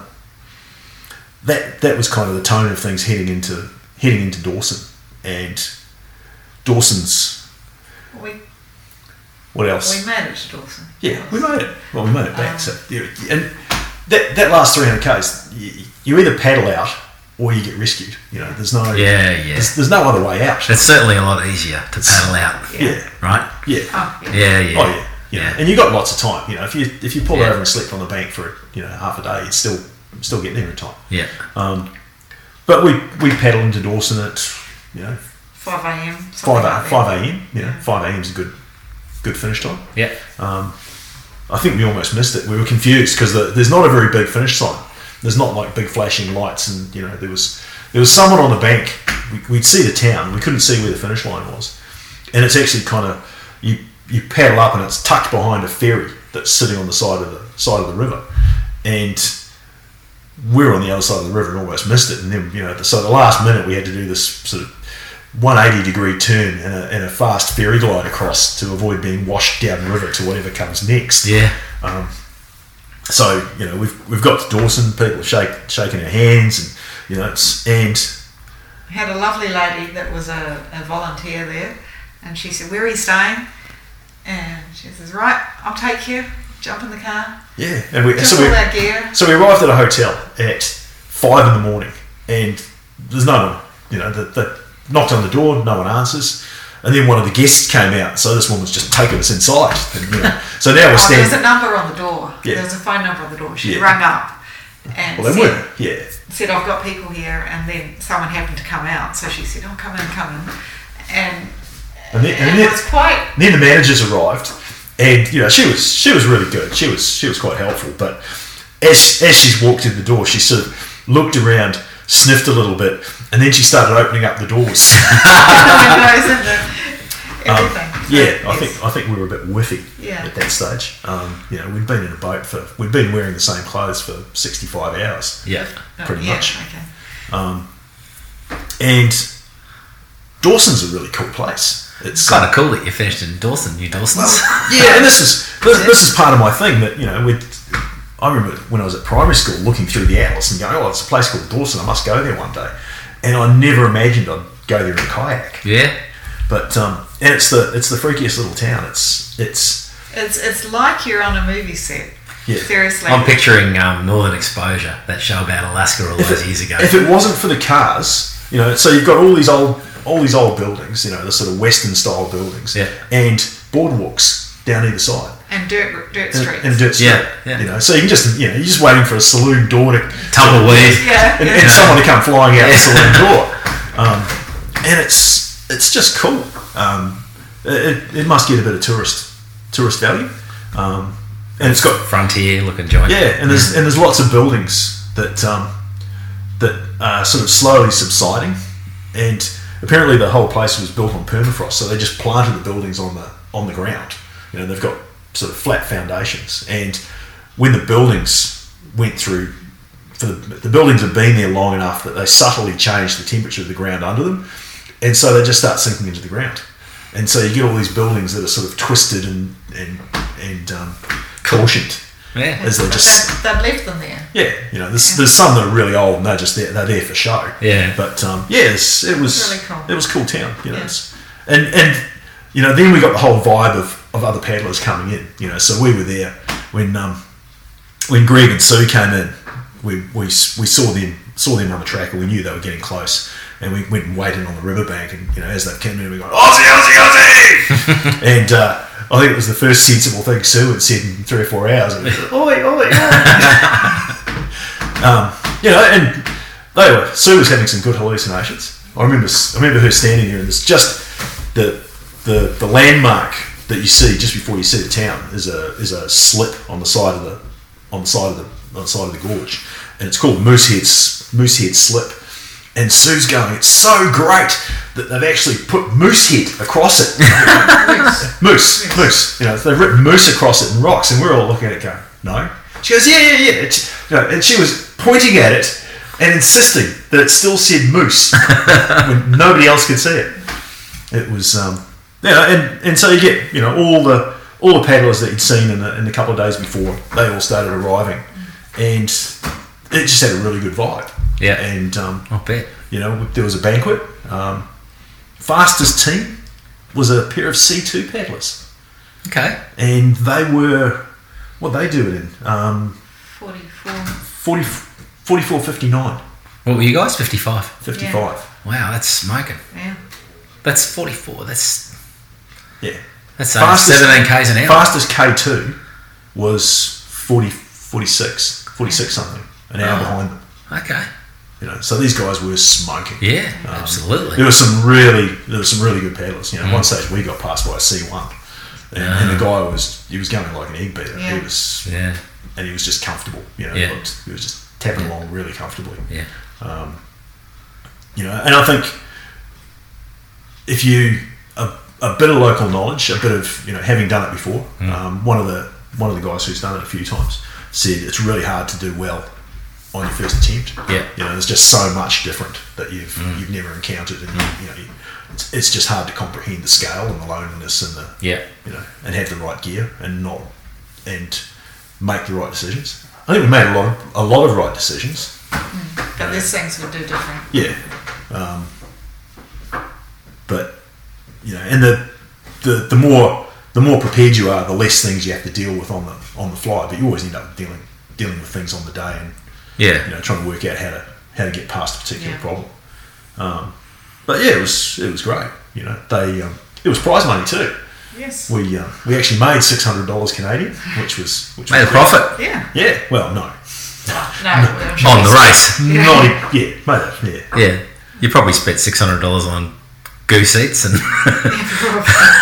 that that was kind of the tone of things heading into heading into Dawson and Dawson's we what we else made it to Dawson. yeah we made it well we made Ah. it back so yeah, and that, that last 300 k's you, you either paddle out or you get rescued. You know, there's no Yeah, yeah. There's, there's no other way out. It's certainly a lot easier to paddle out, yeah, right? yeah. Oh, yeah. Yeah, yeah. Oh yeah, you know, Yeah. and you got lots of time. You know, if you if you pull Yeah. over and sleep on the bank for you know half a day, you'd still still get there in time. Yeah. But we we paddled into Dawson at you know 5 a.m. something five like a, that. five a.m. You know, five a.m. is a good good finish time. Yeah. I think we almost missed it. We were confused because the, there's not a very big finish sign. There's not like big flashing lights, and you know there was there was someone on the bank. We, we'd see the town. We couldn't see where the finish line was, and it's actually kind of you you paddle up and it's tucked behind a ferry that's sitting on the side of the side of the river, and we were on the other side of the river and almost missed it. And then you know, so the last minute we had to do this sort of 180 degree turn and a, and a fast ferry glide across to avoid being washed down the river to whatever comes next. Yeah. So you know we've we've got to Dawson. People shake shaking their hands, and you know it's and I had a lovely lady that was a, a volunteer there, and she said, Where are you staying? And she says, Right, I'll take you. Jump in the car. yeah, and we Just so all our we gear. so we arrived at a hotel at five in the morning, and there's no one. You know, that the, knocked on the door, no one answers. And then one of the guests came out, so this woman's just taking us inside. And, you know, so now we're Oh, there was standing. a number on the door. Yeah. There was a phone number on the door. She Yeah. rang up and Well, they said, were. Yeah. said, I've got people here, and then someone happened to come out, so she said, Oh, come in, come in. And, And then, and and it then, was quite, then the managers arrived, and you know she was she was really good. She was she was quite helpful. But as as she's walked in the door, she sort of looked around, sniffed a little bit, and then she started opening up the doors. the windows and the, everything. So, Um, yeah, I yes. think I think we were a bit whiffy Yeah. at that stage. Um, you know, we'd been in a boat for we'd been wearing the same clothes for sixty five hours. Yeah. No, pretty Oh, yeah, much. Okay. And Dawson's a really cool place. It's It's kind of cool that you finished in Dawson, New Dawson's. yeah, and this is this, this is part of my thing that you know. With I remember when I was at primary school, looking through the atlas and going, "Oh, it's a place called Dawson. I must go there one day." And I never imagined I'd go there in a kayak. yeah. But um, and it's the it's the freakiest little town. It's it's It's, it's like you're on a movie set. Yeah. Seriously. I'm picturing um, Northern Exposure, that show about Alaska all those years ago. if it wasn't for the cars, you know. So you've got all these old all these old buildings, you know, the sort of Western style buildings, Yeah. and boardwalks down either side. and dirt, dirt and- streets. And dirt street, Yeah, yeah. you know. So you can just, you know, you're just waiting for a saloon door to Tumbleweed. yeah. and, yeah. and someone to come flying out Yeah. the saloon door. Um, and it's it's just cool. Um, it, it must get a bit of tourist tourist value, um, and it's got Frontier looking joint. yeah, and there's and there's lots of buildings that um, that are sort of slowly subsiding, and apparently the whole place was built on permafrost, so they just planted the buildings on the on the ground. You know, they've got sort of flat foundations, and when the buildings went through, for the, the buildings have been there long enough that they subtly change the temperature of the ground under them, and so they just start sinking into the ground. And so you get all these buildings that are sort of twisted and and and um, cautioned Yeah. as they But just they'd, they'd left them there. yeah you know there's, there's some that are really old and they're just there they're there for show Yeah. but um, yes it was Really cool. it was a cool town you know Yeah. it's- and and you know then we got the whole vibe of, of other paddlers coming in you know so we were there when um, when Greg and Sue came in we, we, we saw them saw them on the track and we knew they were getting close and we went and waited on the riverbank and you know as they came in we go Aussie Aussie Aussie and uh, I think it was the first sensible thing Sue had said in three or four hours and it was, oi oi oi you know, and they were Sue was having some good hallucinations. I remember, I remember her standing there, and there's just the the the landmark that you see just before you see the town is a is a slip on the side of the on the side of the on the side of the gorge, and it's called Moosehead's Moosehead Slip. And Sue's going, it's so great that they've actually put Moosehead across it. moose, moose. You know, they've written moose across it in rocks, and we're all looking at it going, no. She goes, yeah, yeah, yeah. It's, you know, and she was pointing at it and insisting that it still said moose when nobody else could see it. It was, um, you know, and, and so you get, you know, all the all the paddlers that you'd seen in the, in the couple of days before, they all started arriving, and it just had a really good vibe. Yeah. and um, I bet. you know, there was a banquet. Um, fastest team was a pair of C2 paddlers. Okay. And they were, what they do it in? Um, 44. 40, 44.59. What were you guys? 55. 55. Wow, that's smoking. Yeah. That's 44. That's Yeah. that's uh, 17 k's an hour. Fastest K2 was 40, 46, 46 something, an hour behind them. Okay. You know, so these guys were smoking. Yeah, Um, absolutely. There were some really there were some really good Mm. paddlers. You know, one stage we got passed by a C one, and, and Ah. the guy was he was going like an egg beater. Yeah. He was Yeah, and he was just comfortable. You know, Yeah. he, looked, he was just tapping along really comfortably. yeah, You know, and I think if you a, a bit of local knowledge, a bit of you know having done it before, Hmm. um, one of the one of the guys who's done it a few times said it's really hard to do well on your first attempt. Yeah. Hmm. you know, there's just so much different that you've you've never encountered, and you, you know, you, it's, it's just hard to comprehend the scale and the loneliness and the yeah. you know, and have the right gear and not and make the right decisions. I think we made a lot of, a lot of right decisions. But there's things we do different. Yeah. Um, but you know, and the, the the more the more prepared you are, the less things you have to deal with on the on the fly. But you always end up dealing dealing with things on the day, and you Yeah. know, trying to work out how to how to get past a particular Yeah. problem. Um, but yeah, it was it was great. You know, they um, it was prize money too. Yes. We um, we actually made six hundred dollars Canadian, which was which Made a was profit Yeah. Yeah. Well, no, No. I'm sure on the it's- race. Yeah. not e- yeah, made that yeah. Yeah. You probably spent $600 on goose eats and.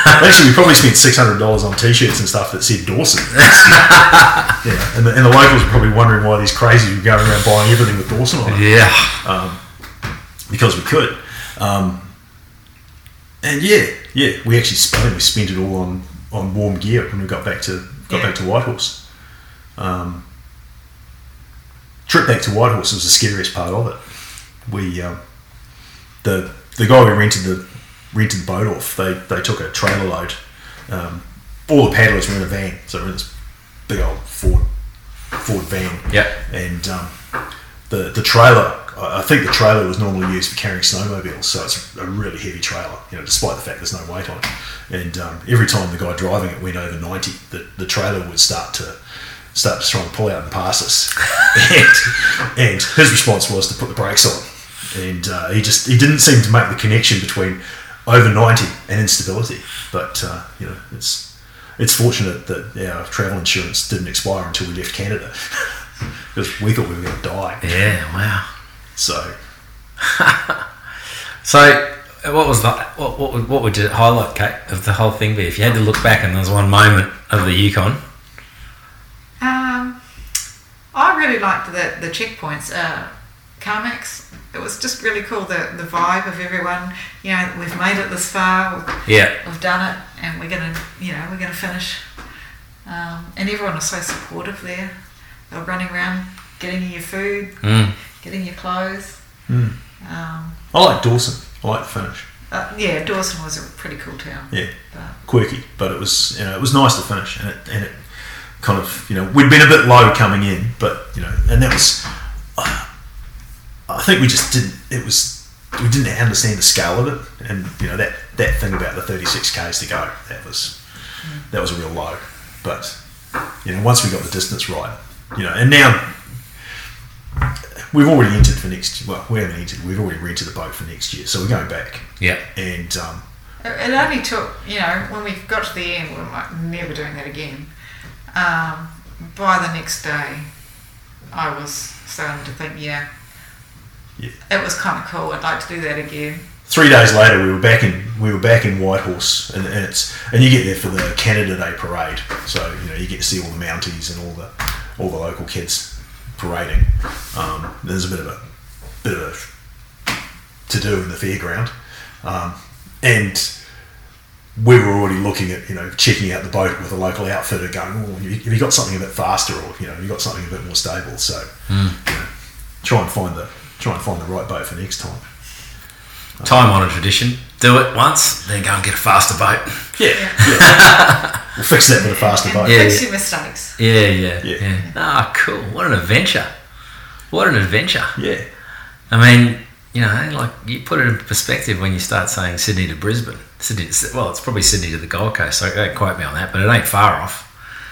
Actually, we probably spent six hundred dollars on T-shirts and stuff that said Dawson. yeah, and the, and the locals were probably wondering why these crazies were going around buying everything with Dawson on it yeah. because we could. Um, and yeah, yeah, we actually sp- I think we spent it all on, on warm gear when we got back to got Yeah. back to Whitehorse. Um, trip back to Whitehorse was the scariest part of it. We um, the the guy we rented the rented the boat off. They they took a trailer load. Um, all the paddlers were in a van, so we're in this big old Ford Ford van Yeah. and um, the the trailer. I I think the trailer was normally used for carrying snowmobiles, so it's a really heavy trailer. You know, despite the fact there's no weight on it. And um, every time the guy driving it went over ninety, the, the trailer would start to start to try and pull out and pass us. and, and his response was to put the brakes on. And uh, he just he didn't seem to make the connection between over ninety and instability. But uh, you know, it's it's fortunate that our travel insurance didn't expire until we left Canada. because we thought we were going to die. Yeah, wow. So So, what was the what what would, what would your highlight Kate, of the whole thing be if you had to look back and there was one moment of the Yukon? Um, I really liked the the checkpoints. Uh, Carmex. It was just really cool. The the vibe of everyone. You know, we've made it this far. Yeah, We've done it, and we're gonna. You know, we're gonna finish. Um, and everyone was so supportive there. They were running around, getting you your food, mm. getting your clothes. Um, I like Dawson. I like the finish. uh, yeah, Dawson was a pretty cool town. Yeah, But quirky, but it was you know it was nice to finish, and it and it kind of you know we'd been a bit low coming in, but you know and that was I think we just didn't it was we didn't understand the scale of it, and you know that that thing about the thirty six k's to go that was that was a real low, but you know once we got the distance right, you know and now. We've already entered for next. Well, we haven't entered. We've already rented the boat for next year, so we're going back. yeah, And um, It it only took, you know, when we got to the end, we we're like, never doing that again. Um, by the next day, I was starting to think, yeah, Yeah. it was kind of cool. I'd like to do that again. three days later we were back in we were back in Whitehorse and, and it's and you get there for the Canada Day parade so you know you get to see all the Mounties and all the all the local kids parading um, there's a bit of a bit of a to do in the fairground um, and we were already looking at you know checking out the boat with a local outfitter going oh have you- have you got something a bit faster or you know have you got something a bit more stable so you know, try and find the try and find the right boat for next time time honored tradition. Do it once, then go and get a faster boat. Yeah. we'll fix that with a faster And boat. Yeah, fix yeah. your mistakes. Yeah, yeah, Yeah. yeah. Ah, cool. What an adventure! What an adventure! Yeah. I mean, you know, like you put it in perspective when you start saying Sydney to Brisbane. Sydney, well, it's probably Sydney to the Gold Coast. So don't quote me on that, but it ain't far off.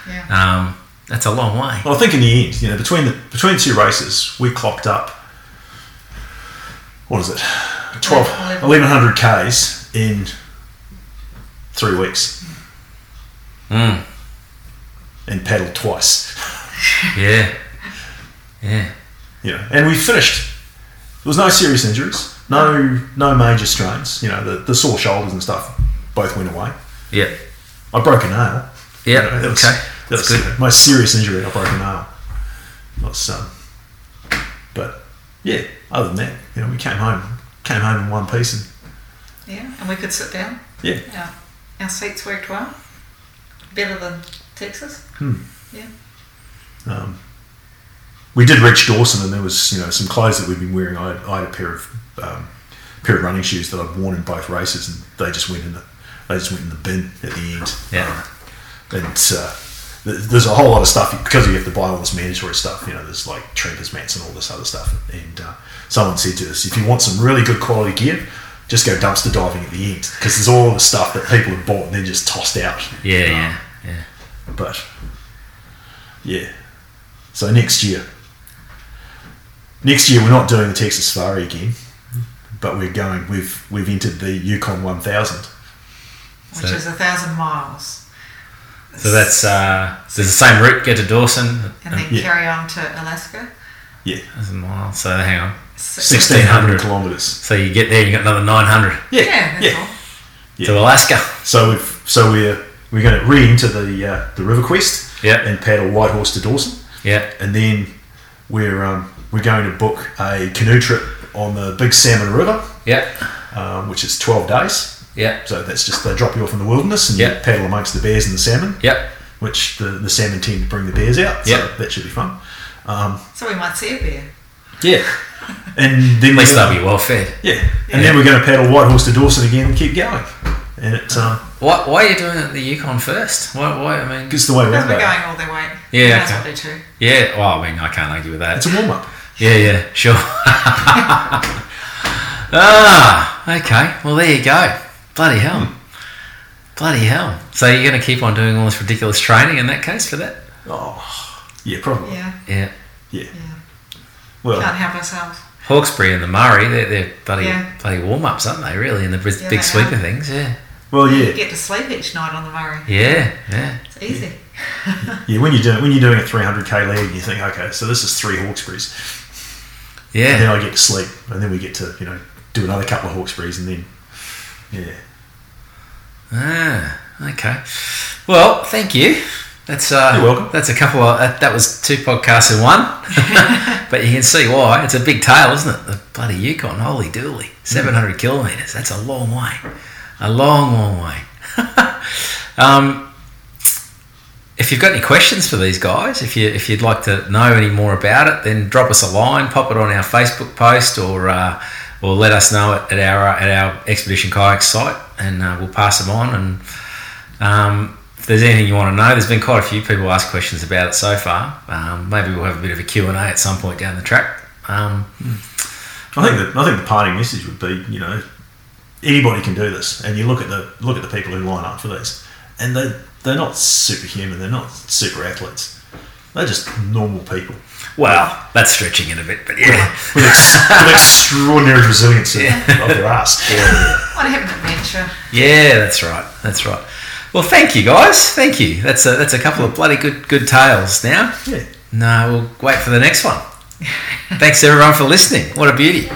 Yeah. Um, that's a long way. Well, I think in the end, you know, between the between two races, we clocked up. what is it, 12, 1100 Ks in three weeks Mm. and paddled twice. Yeah. Yeah. You know, and we finished. There was no serious injuries, no no major strains. You know, the, the sore shoulders and stuff both went away. Yep. I broke a nail. Yep. You know, that was, okay. That was That's good. my serious injury. I broke a nail. That was, um, but yeah, other than that, you know, we came home, came home in one piece, and Yeah, and we could sit down. yeah, Our, our seats worked well. Better than Texas. um, we did reach Dawson, and there was you know some clothes that we'd been wearing. I had, I had a pair of um, pair of running shoes that I'd worn in both races, and they just went in the they just went in the bin at the end. Yeah. Um, and uh, th- there's a whole lot of stuff because you have to buy all this mandatory stuff. You know, there's like trinkets, mats, and all this other stuff. And uh, someone said to us, if you want some really good quality gear. Just go dumpster diving at the end because there's all the stuff that people have bought and then just tossed out. Yeah. Um, Yeah. Yeah. but yeah. So next year, next year we're not doing the Texas Safari again, but we're going. We've we've entered the Yukon 1000. Which So- is a thousand miles. So that's um, uh, so it's the same route. Go to Dawson. And then yeah. carry on to Alaska. That's a mile. So hang on. Six. 1600 kilometers. So you get there, you got another nine hundred Yeah, Yeah, that's all. to Alaska. So we've so we're we're going to re-enter the uh, the River Quest Yeah. and paddle Whitehorse to Dawson, Yeah. and then we're um, we're going to book a canoe trip on the Big Salmon River, Yeah. um, which is 12 days. Yeah. So that's just they drop you off in the wilderness and Yeah. you paddle amongst the bears and the salmon. Yeah. which the, the salmon tend to bring the bears out. Yeah. So that should be fun. So we might see a bear. Yeah. And then At least we're they'll gonna, be well fed. yeah. And then we're going to paddle Whitehorse to Dawson again and keep going. And it's um, Why, why are you doing it the Yukon first? Why? Why? I mean, it's the way Because around. we're though. going all the way. Yeah, That's okay. what they do. yeah. Well, I mean, I can't argue with that. It's a warm up. Yeah. Yeah. Sure. ah. Okay. Well, there you go. Bloody hell. Bloody hell. So you're going to keep on doing all this ridiculous training in that case for that? Oh, yeah, probably. Yeah, Yeah. Yeah. yeah. Can't Well, help ourselves. Hawkesbury and the Murray, they're, they're bloody, Yeah. bloody warm ups, aren't they, really, in the bris- Yeah, big they sweep are. of things? Yeah. well, You yeah, get to sleep each night on the Murray. Yeah, yeah. It's easy. yeah. When you're doing when you're doing a 300k leg, you think, okay, so this is three Hawkesburies. And Yeah. then I get to sleep, and then we get to you know do another couple of Hawkesburies, and then yeah, Ah, okay. Well, thank you. That's uh, You're welcome. That's a couple of uh, that, that was two podcasts in one, but you can see why it's a big tail, isn't it? The bloody Yukon, holy dooly, Hmm. seven hundred kilometres. That's a long way, a long, long way. um, if you've got any questions for these guys, if you if you'd like to know any more about it, then drop us a line, pop it on our Facebook post, or uh, or let us know at, at our uh, at our expedition kayak site, and uh, we'll pass them on. And um, if there's anything you want to know, there's been quite a few people ask questions about it so far. Um, maybe we'll have a bit of a Q and A at some point down the track. Um, I think the I think the parting message would be, you know, anybody can do this, and you look at the look at the people who line up for these, and they they're not superhuman, they're not super athletes, they're just normal people well, that's stretching it a bit, but yeah, with, ex- with extraordinary resilience of, of their ass. Want to have an adventure? yeah, that's right, that's right. Well, thank you guys, thank you. That's a that's a couple of bloody good good tales now. Yeah. No, we'll wait for the next one. Thanks everyone for listening. What a beauty.